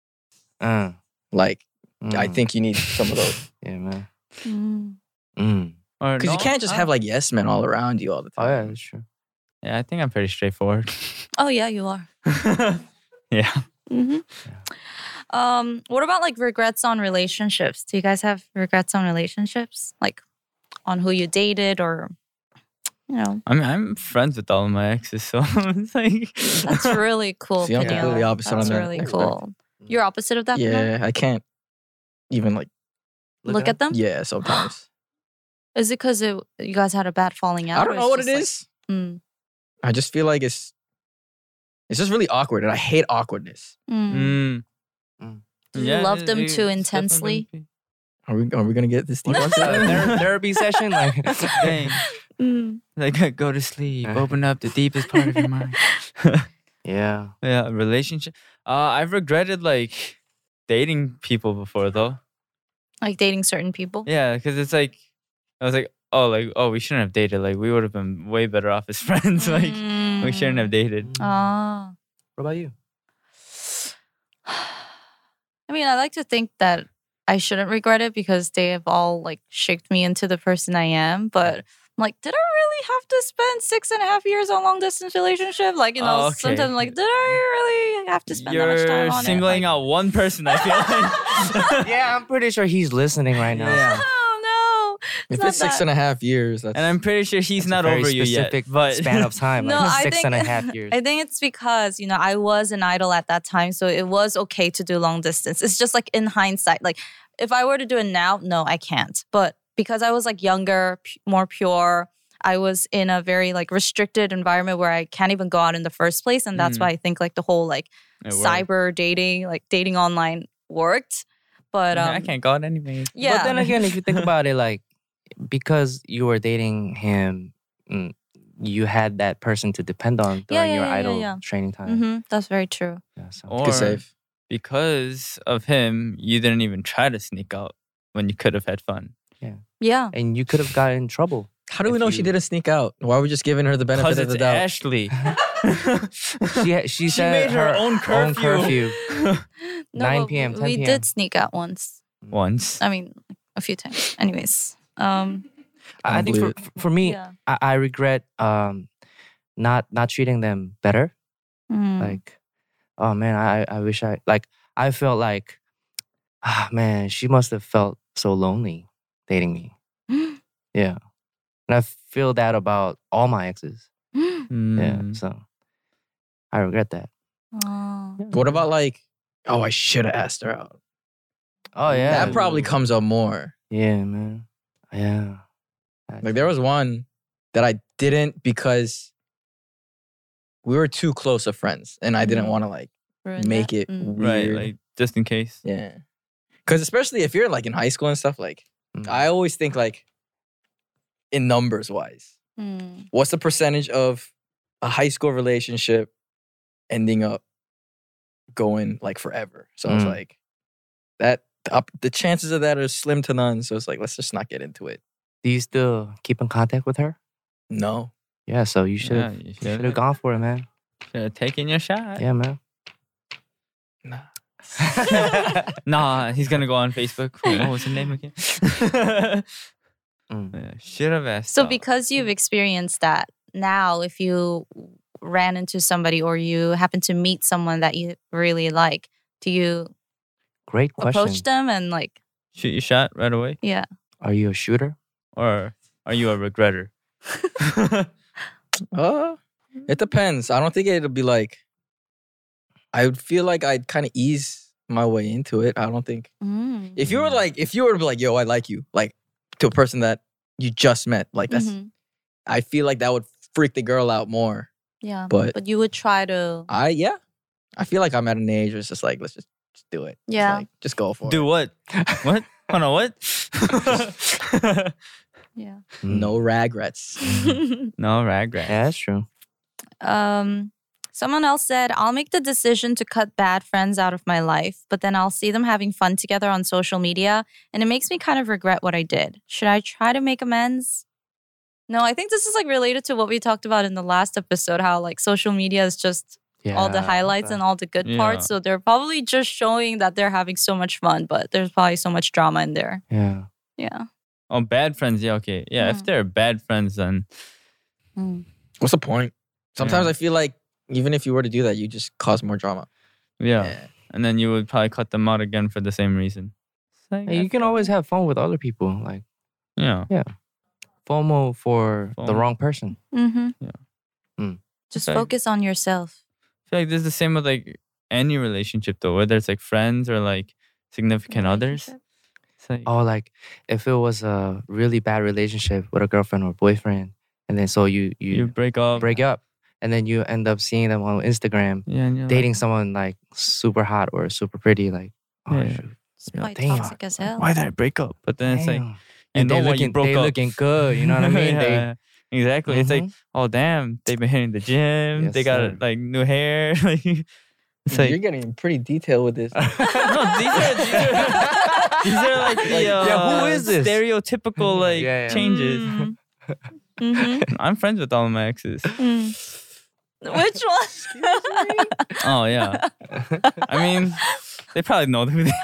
Speaker 4: Uh,
Speaker 3: like I
Speaker 4: mm,
Speaker 3: think you need some of those
Speaker 4: yeah, man.
Speaker 1: Mm.
Speaker 4: Mm.
Speaker 2: Or
Speaker 3: because you
Speaker 2: no,
Speaker 3: can't just
Speaker 2: I-
Speaker 3: have like yes men all around you all the
Speaker 4: Oh
Speaker 3: time.
Speaker 4: yeah, that's true.
Speaker 2: Yeah, I think I'm pretty straightforward.
Speaker 1: Oh yeah, you are.
Speaker 2: yeah.
Speaker 1: hmm Um, what about like regrets on relationships? Do you guys have regrets on relationships, like on who you dated or you know?
Speaker 2: I mean, I'm friends with all of my exes, so it's like.
Speaker 1: That's really cool.
Speaker 3: See, I'm
Speaker 1: Peniel.
Speaker 3: completely opposite on
Speaker 1: That's
Speaker 3: that.
Speaker 1: really
Speaker 3: Thanks,
Speaker 1: cool. You're opposite of that. Peniel?
Speaker 3: Yeah, I can't even like
Speaker 1: Look, at them.
Speaker 3: yeah sometimes.
Speaker 1: Is it because you guys had a bad falling out?
Speaker 3: I don't
Speaker 1: or
Speaker 3: know
Speaker 1: it's
Speaker 3: what it
Speaker 1: just, like-
Speaker 3: is.
Speaker 1: Mm,
Speaker 3: I just feel like it's it's just really awkward, and I hate awkwardness.
Speaker 1: mm.
Speaker 2: Mm.
Speaker 4: Mm.
Speaker 1: Do you love
Speaker 2: it-
Speaker 1: them
Speaker 2: it-
Speaker 1: too
Speaker 2: step on
Speaker 1: intensely?
Speaker 2: them.
Speaker 3: Are we are we gonna get this deep?
Speaker 4: What's that? Ther- therapy session? Like,
Speaker 2: Dang.
Speaker 1: Mm.
Speaker 2: Like, go to sleep.
Speaker 4: Uh.
Speaker 2: Open up the deepest part of your mind.
Speaker 4: yeah.
Speaker 2: Yeah, relationship. Uh, I've regretted like dating people before though.
Speaker 1: Like dating certain people.
Speaker 2: Yeah, because it's like I was like, oh, like oh, we shouldn't have dated. Like we would have been way better off as friends. like
Speaker 1: Mm-hmm. Mm.
Speaker 2: we shouldn't have dated.
Speaker 1: Ah.
Speaker 4: What about you?
Speaker 1: I mean, I like to think that I shouldn't regret it because they have all like shaped me into the person I am. But I'm like, did I really have to spend six and a half years on long distance relationship? Like, you know,
Speaker 2: Oh, okay.
Speaker 1: sometimes like, did I really have to spend that much time
Speaker 2: You're
Speaker 1: on
Speaker 2: singling
Speaker 1: it?
Speaker 2: out one person. I feel like.
Speaker 4: Yeah, I'm pretty sure he's listening right now.
Speaker 2: Yeah.
Speaker 1: Oh no!
Speaker 3: If
Speaker 1: not
Speaker 3: it's six
Speaker 1: that.
Speaker 3: and a half years, that's
Speaker 2: And I'm pretty sure he's
Speaker 4: It's a
Speaker 2: not
Speaker 4: very
Speaker 2: over you yet.
Speaker 4: specific
Speaker 2: But
Speaker 4: span of time,
Speaker 1: no,
Speaker 4: like
Speaker 1: I
Speaker 4: six
Speaker 1: think,
Speaker 4: and a half years.
Speaker 1: I think it's because, you know, I was an idol at that time. So it was okay to do long distance. It's just like in hindsight. Like if I were to do it now, no, I can't. But because I was like younger, p- more pure, I was in a very like restricted environment where I can't even go out in the first place. And that's
Speaker 2: Mm.
Speaker 1: why I think like the whole like
Speaker 2: It worked.
Speaker 1: cyber dating, like dating online worked. But um,
Speaker 2: I can't go out anyway.
Speaker 1: yeah.
Speaker 4: But then again, if you think about it, like because you were dating him, mm, you had that person to depend on
Speaker 1: Yeah,
Speaker 4: during
Speaker 1: yeah,
Speaker 4: your
Speaker 1: yeah, yeah,
Speaker 4: idol
Speaker 1: yeah.
Speaker 4: training time.
Speaker 1: Mhm, that's very true.
Speaker 4: Yeah, so-
Speaker 2: Or
Speaker 3: good save.
Speaker 2: because of him, you didn't even try to sneak out when you could have had fun.
Speaker 1: Yeah.
Speaker 4: and you could have gotten in trouble.
Speaker 3: How do we
Speaker 4: if
Speaker 3: know she
Speaker 4: you-
Speaker 3: didn't sneak out? Why are we just giving her the benefit
Speaker 2: Because
Speaker 3: of
Speaker 2: it's
Speaker 3: the doubt?
Speaker 2: Ashley.
Speaker 4: She ha- she,
Speaker 2: She
Speaker 4: said
Speaker 2: made her own
Speaker 4: own
Speaker 2: curfew.
Speaker 4: curfew.
Speaker 1: No,
Speaker 4: 9
Speaker 1: but
Speaker 4: p.m.,
Speaker 1: we-
Speaker 4: 10
Speaker 1: We
Speaker 4: p.m..
Speaker 1: did sneak out once.
Speaker 2: Once.
Speaker 1: I mean, a few times. Anyways, um,
Speaker 4: I I think for, for me,
Speaker 1: yeah,
Speaker 4: I, I regret um not not treating them better.
Speaker 1: Mm.
Speaker 4: Like, oh man, I I wish I like I felt like, ah man, she must have felt so lonely dating me. Yeah, and I feel that about all my exes. Yeah,
Speaker 2: Mm.
Speaker 4: so I regret that.
Speaker 1: Oh.
Speaker 3: What about like, oh, I should have asked her out.
Speaker 4: Oh yeah,
Speaker 3: That probably comes up more.
Speaker 4: Yeah, man. Yeah.
Speaker 3: Like there was one that I didn't because we were too close of friends, and I
Speaker 4: Mm-hmm.
Speaker 3: didn't
Speaker 1: Mhm.
Speaker 3: want to like
Speaker 1: Ruined
Speaker 3: make
Speaker 1: that.
Speaker 3: it
Speaker 1: Mm.
Speaker 3: weird.
Speaker 2: Right, like just in case.
Speaker 3: yeah, because especially if you're like in high school and stuff, like
Speaker 4: Mm.
Speaker 3: I always think like in numbers wise.
Speaker 1: Mm.
Speaker 3: what's the percentage of a high school relationship ending up going like forever? So it's
Speaker 4: Mm.
Speaker 3: like that the up, the chances of that are slim to none. So it's like let's just not get into it.
Speaker 4: Do you still keep in contact with her?
Speaker 3: No,
Speaker 4: Yeah, so you should
Speaker 2: Yeah,
Speaker 4: have
Speaker 2: you
Speaker 4: should have gone for it, man.
Speaker 2: Should have taken your shot.
Speaker 4: Yeah, man.
Speaker 2: nah, he's gonna go on Facebook. Wait, What was the name again?
Speaker 4: Mm.
Speaker 2: yeah, should have asked.
Speaker 1: So
Speaker 2: out.
Speaker 1: because you've experienced that now, if you ran into somebody or you happen to meet someone that you really like, do you
Speaker 4: Great question.
Speaker 1: approach them and like,
Speaker 2: shoot your shot right away,
Speaker 1: yeah,
Speaker 4: Are you a shooter?
Speaker 2: or are you a regretter?
Speaker 3: Uh, it depends. I don't think it'll be like. I would feel like I'd kind of ease my way into it. I don't think
Speaker 1: Mm.
Speaker 3: if you were like if you were to be like, "Yo, I like you," like to a person that you just met, like that's.
Speaker 1: Mhm.
Speaker 3: I feel like that would freak the girl out more.
Speaker 1: Yeah.
Speaker 3: But
Speaker 1: But you would try to.
Speaker 3: I yeah, I feel like I'm at an age where it's just like let's just, just do it. It's
Speaker 1: Yeah.
Speaker 3: like, just go for
Speaker 2: Do
Speaker 3: it.
Speaker 2: what? what? Oh no, what?
Speaker 1: Yeah.
Speaker 4: Mm.
Speaker 3: No regrets. mm.
Speaker 2: no regret.
Speaker 4: Yeah, that's true.
Speaker 1: um, someone else said, I'll make the decision to cut bad friends out of my life, but then I'll see them having fun together on social media, and it makes me kind of regret what I did. Should I try to make amends? No, I think this is like related to what we talked about in the last episode how like social media is just
Speaker 4: Yeah.
Speaker 1: all the highlights and all the good parts. So they're probably just showing that they're having so much fun, but there's probably so much drama in there.
Speaker 4: Yeah.
Speaker 1: Yeah.
Speaker 2: Oh, bad friends. Yeah, okay. Yeah, if
Speaker 1: Mhm.
Speaker 2: they're bad friends, then
Speaker 3: What's the point? Sometimes
Speaker 2: Yeah.
Speaker 3: I feel like even if you were to do that, you just cause more drama.
Speaker 2: yeah. and then you would probably cut them out again for the same reason. It's like,
Speaker 4: Hey, you can always have fun with other people. Like
Speaker 2: yeah,
Speaker 4: FOMO for the
Speaker 2: FOMO.
Speaker 4: wrong person.
Speaker 1: Mm-hmm.
Speaker 2: Yeah.
Speaker 4: Mm.
Speaker 1: Just
Speaker 2: Okay.
Speaker 1: focus on yourself.
Speaker 2: I feel like this is the same with like any relationship though, whether it's like friends or like significant others. It's like,
Speaker 4: Oh, like if it was a really bad relationship with a girlfriend or boyfriend, and then so you you,
Speaker 2: you break up,
Speaker 4: break up, and then you end up seeing them on Instagram
Speaker 2: yeah, and you're like,
Speaker 4: dating someone like super hot or super pretty, like oh,
Speaker 2: Yeah.
Speaker 4: shoot,
Speaker 1: It's
Speaker 4: Yeah,
Speaker 1: quite
Speaker 4: damn.
Speaker 1: toxic as hell.
Speaker 2: Why did I break up? But then it's like
Speaker 4: damn.
Speaker 2: you
Speaker 4: and
Speaker 2: know
Speaker 4: they
Speaker 2: why
Speaker 4: looking
Speaker 2: you broke
Speaker 4: they
Speaker 2: up.
Speaker 4: looking good, you know what I mean?
Speaker 2: yeah,
Speaker 4: They-
Speaker 2: exactly. It's like
Speaker 4: Mhm.
Speaker 2: oh damn, they've been hitting the gym.
Speaker 4: Yes,
Speaker 2: they got
Speaker 4: sir.
Speaker 2: like new hair. like it's like
Speaker 3: You're getting pretty detailed with this.
Speaker 2: no, these are these are, these are like the
Speaker 4: Yeah, who
Speaker 2: uh,
Speaker 4: is this?
Speaker 2: stereotypical
Speaker 4: Yeah,
Speaker 2: like
Speaker 4: yeah.
Speaker 2: changes.
Speaker 1: Mm. Mm-hmm.
Speaker 2: I'm friends with all of my exes.
Speaker 1: Which one?
Speaker 2: Oh yeah. I mean, they probably know who they are.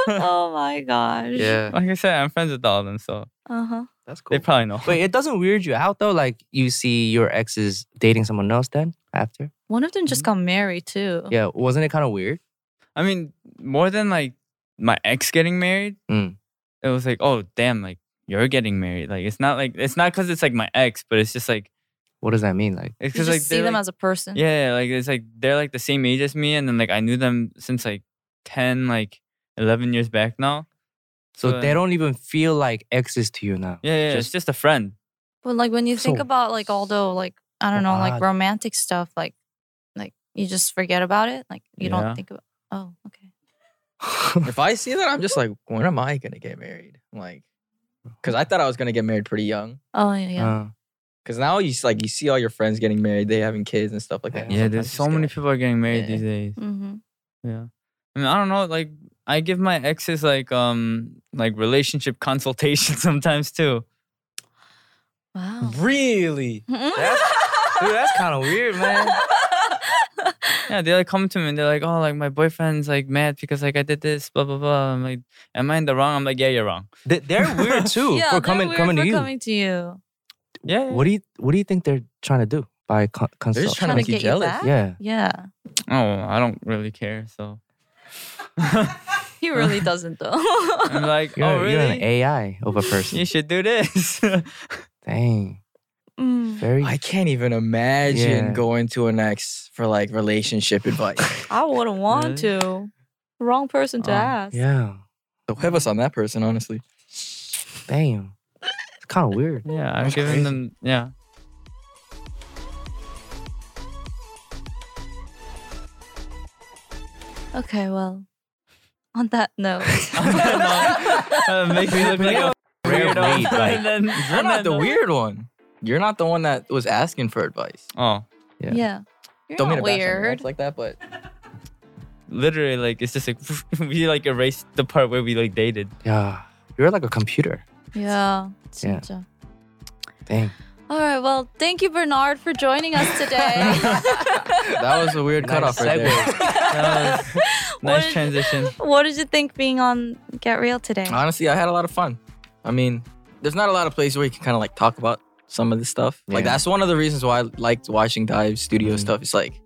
Speaker 1: oh my gosh.
Speaker 4: Mm-hmm. yeah,
Speaker 2: Like I said, I'm friends with all of them, so
Speaker 1: Uh-huh.
Speaker 4: that's cool.
Speaker 2: they probably know.
Speaker 4: Wait, it doesn't weird you out though? Like you see your exes dating someone else then after?
Speaker 1: One of them just got married too.
Speaker 2: Oh.
Speaker 4: Yeah, wasn't it kind of weird?
Speaker 2: I mean, more than like my ex getting married,
Speaker 4: Mm.
Speaker 2: it was like, oh damn, like you're getting married. Like it's not like it's not because it's like my ex, but it's just like
Speaker 4: What does that mean? Like,
Speaker 2: it's
Speaker 1: You
Speaker 2: because
Speaker 1: just
Speaker 2: like
Speaker 1: see
Speaker 2: they're,
Speaker 1: them
Speaker 2: like-
Speaker 1: as a person.
Speaker 2: yeah, like it's like they're like the same age as me, and then like I knew them since like ten, like eleven years back now.
Speaker 4: so
Speaker 2: So-
Speaker 4: they don't even feel like exes to you now.
Speaker 2: Yeah, yeah, it's just a friend.
Speaker 1: But like when you think
Speaker 4: So-
Speaker 1: about like all the like I don't
Speaker 4: so
Speaker 1: know, like
Speaker 4: odd.
Speaker 1: romantic stuff, like like you just forget about it. Like you
Speaker 2: Yeah.
Speaker 1: don't think about oh, okay.
Speaker 3: if I see that, I'm just like, when am I gonna get married? I'm like, because I thought I was gonna get married pretty young.
Speaker 1: Oh yeah, yeah.
Speaker 4: Uh,
Speaker 3: Because now you s- like you see all your friends getting married, they having kids and stuff like that.
Speaker 2: Yeah,
Speaker 3: Sometimes
Speaker 2: there's
Speaker 3: you
Speaker 2: so
Speaker 3: just
Speaker 2: many
Speaker 3: get-
Speaker 2: people are getting married
Speaker 3: Yeah.
Speaker 2: these days.
Speaker 1: mm-hmm.
Speaker 2: Yeah. I mean, I don't know, like I give my exes like um like relationship consultation sometimes too.
Speaker 1: Wow.
Speaker 3: Really?
Speaker 4: dude, that's kind of weird, man.
Speaker 2: Yeah, they like come to me and they're like, Oh, like my boyfriend's like mad because like I did this, blah blah blah. I'm like, Am I in the wrong? I'm like, Yeah, you're wrong.
Speaker 4: They- They're weird too
Speaker 1: yeah,
Speaker 4: for
Speaker 1: they're
Speaker 4: coming
Speaker 1: weird
Speaker 4: coming
Speaker 1: for
Speaker 4: to you.
Speaker 1: coming to you.
Speaker 2: Yeah.
Speaker 4: What do you What do you think they're trying to do by con-
Speaker 3: They're
Speaker 4: consult?
Speaker 3: just trying to
Speaker 1: Trying
Speaker 3: make
Speaker 1: to
Speaker 3: you
Speaker 1: get you
Speaker 3: jealous.
Speaker 1: back?
Speaker 4: yeah,
Speaker 1: Yeah.
Speaker 2: you- oh, I don't really care, so
Speaker 1: He really doesn't though.
Speaker 2: I'm like,
Speaker 4: you're,
Speaker 2: Oh
Speaker 4: you're an
Speaker 2: really?
Speaker 4: AI of a person.
Speaker 2: You should do this.
Speaker 4: Dang,
Speaker 1: Mm.
Speaker 4: very.
Speaker 3: I can't even imagine
Speaker 4: Yeah.
Speaker 3: going to an ex for like relationship advice.
Speaker 1: I wouldn't want
Speaker 2: Really?
Speaker 1: to. Wrong person to
Speaker 2: Um,
Speaker 1: ask.
Speaker 4: yeah,
Speaker 3: so have us on that person, honestly.
Speaker 4: damn, it's kind of weird.
Speaker 2: yeah, I'm giving them yeah.
Speaker 1: Okay, well, on that note,
Speaker 2: Uh, make me look like a
Speaker 4: Rare
Speaker 2: weirdo.
Speaker 4: breed, like-
Speaker 2: and then,
Speaker 3: You're not the weird one. You're not the one that was asking for advice.
Speaker 2: Oh.
Speaker 4: Yeah.
Speaker 1: yeah, you're
Speaker 3: Don't mean
Speaker 1: not
Speaker 3: to bash on your ex
Speaker 1: weird.
Speaker 3: like that, but
Speaker 2: literally like it's just like we like erased the part where we like dated.
Speaker 4: Yeah, you're like a computer.
Speaker 1: yeah,
Speaker 4: Yeah.
Speaker 1: 진짜.
Speaker 4: Dang,
Speaker 1: All right, well, thank you, Bernard, for joining us today.
Speaker 3: that was a weird cutoff right there.
Speaker 2: That was nice
Speaker 1: What-
Speaker 2: transition.
Speaker 1: what did you think being on Get Real today?
Speaker 3: Honestly, I had a lot of fun. I mean, there's not a lot of places where you can kind of like talk about some of this stuff. Like
Speaker 4: Yeah.
Speaker 3: that's one of the reasons why I liked watching Dive Studio
Speaker 2: Mm-hmm.
Speaker 3: stuff. It's like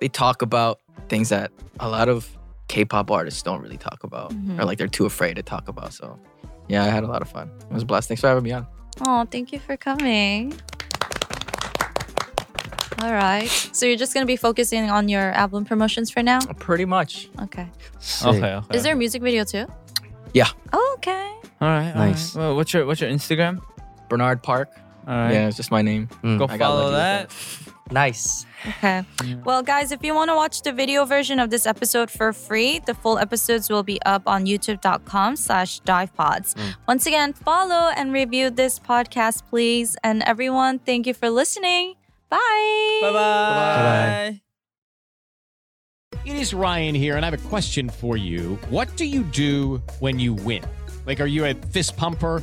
Speaker 3: they talk about things that a lot of K-pop artists don't really talk about, or like they're too afraid to talk about. So, yeah, I had a lot of fun. It was a blast. Thanks for having me on.
Speaker 1: Oh, thank you for coming. All right. So you're just gonna be focusing on your album promotions for now?
Speaker 3: Pretty much.
Speaker 1: Okay.
Speaker 4: Sick.
Speaker 2: Okay. okay.
Speaker 1: Is there a music video too?
Speaker 3: Yeah.
Speaker 1: Oh, okay.
Speaker 2: All right. Nice.
Speaker 4: Nice.
Speaker 2: Well, what's your What's your Instagram?
Speaker 3: Bernard Park.
Speaker 2: All right.
Speaker 3: Yeah, it's just my name.
Speaker 2: Go
Speaker 3: I got
Speaker 2: follow
Speaker 3: lucky with
Speaker 2: that.
Speaker 4: Nice.
Speaker 1: Okay. Well, guys, if you want to watch the video version of this episode for free, the full episodes will be up on youtube.com slash divepods. Once again, follow and review this podcast, please. And everyone, thank you for listening. Bye.
Speaker 2: Bye bye.
Speaker 6: It is Ryan here, and I have a question for you. What do you do when you win? Like, are you a fist pumper?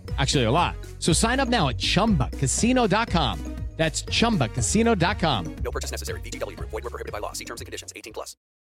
Speaker 6: Actually, a lot. So sign up now at chumbacasino.com. That's chumbacasino.com.
Speaker 5: No purchase necessary. VGW Group. Void were prohibited by law. See terms and conditions. 18 plus.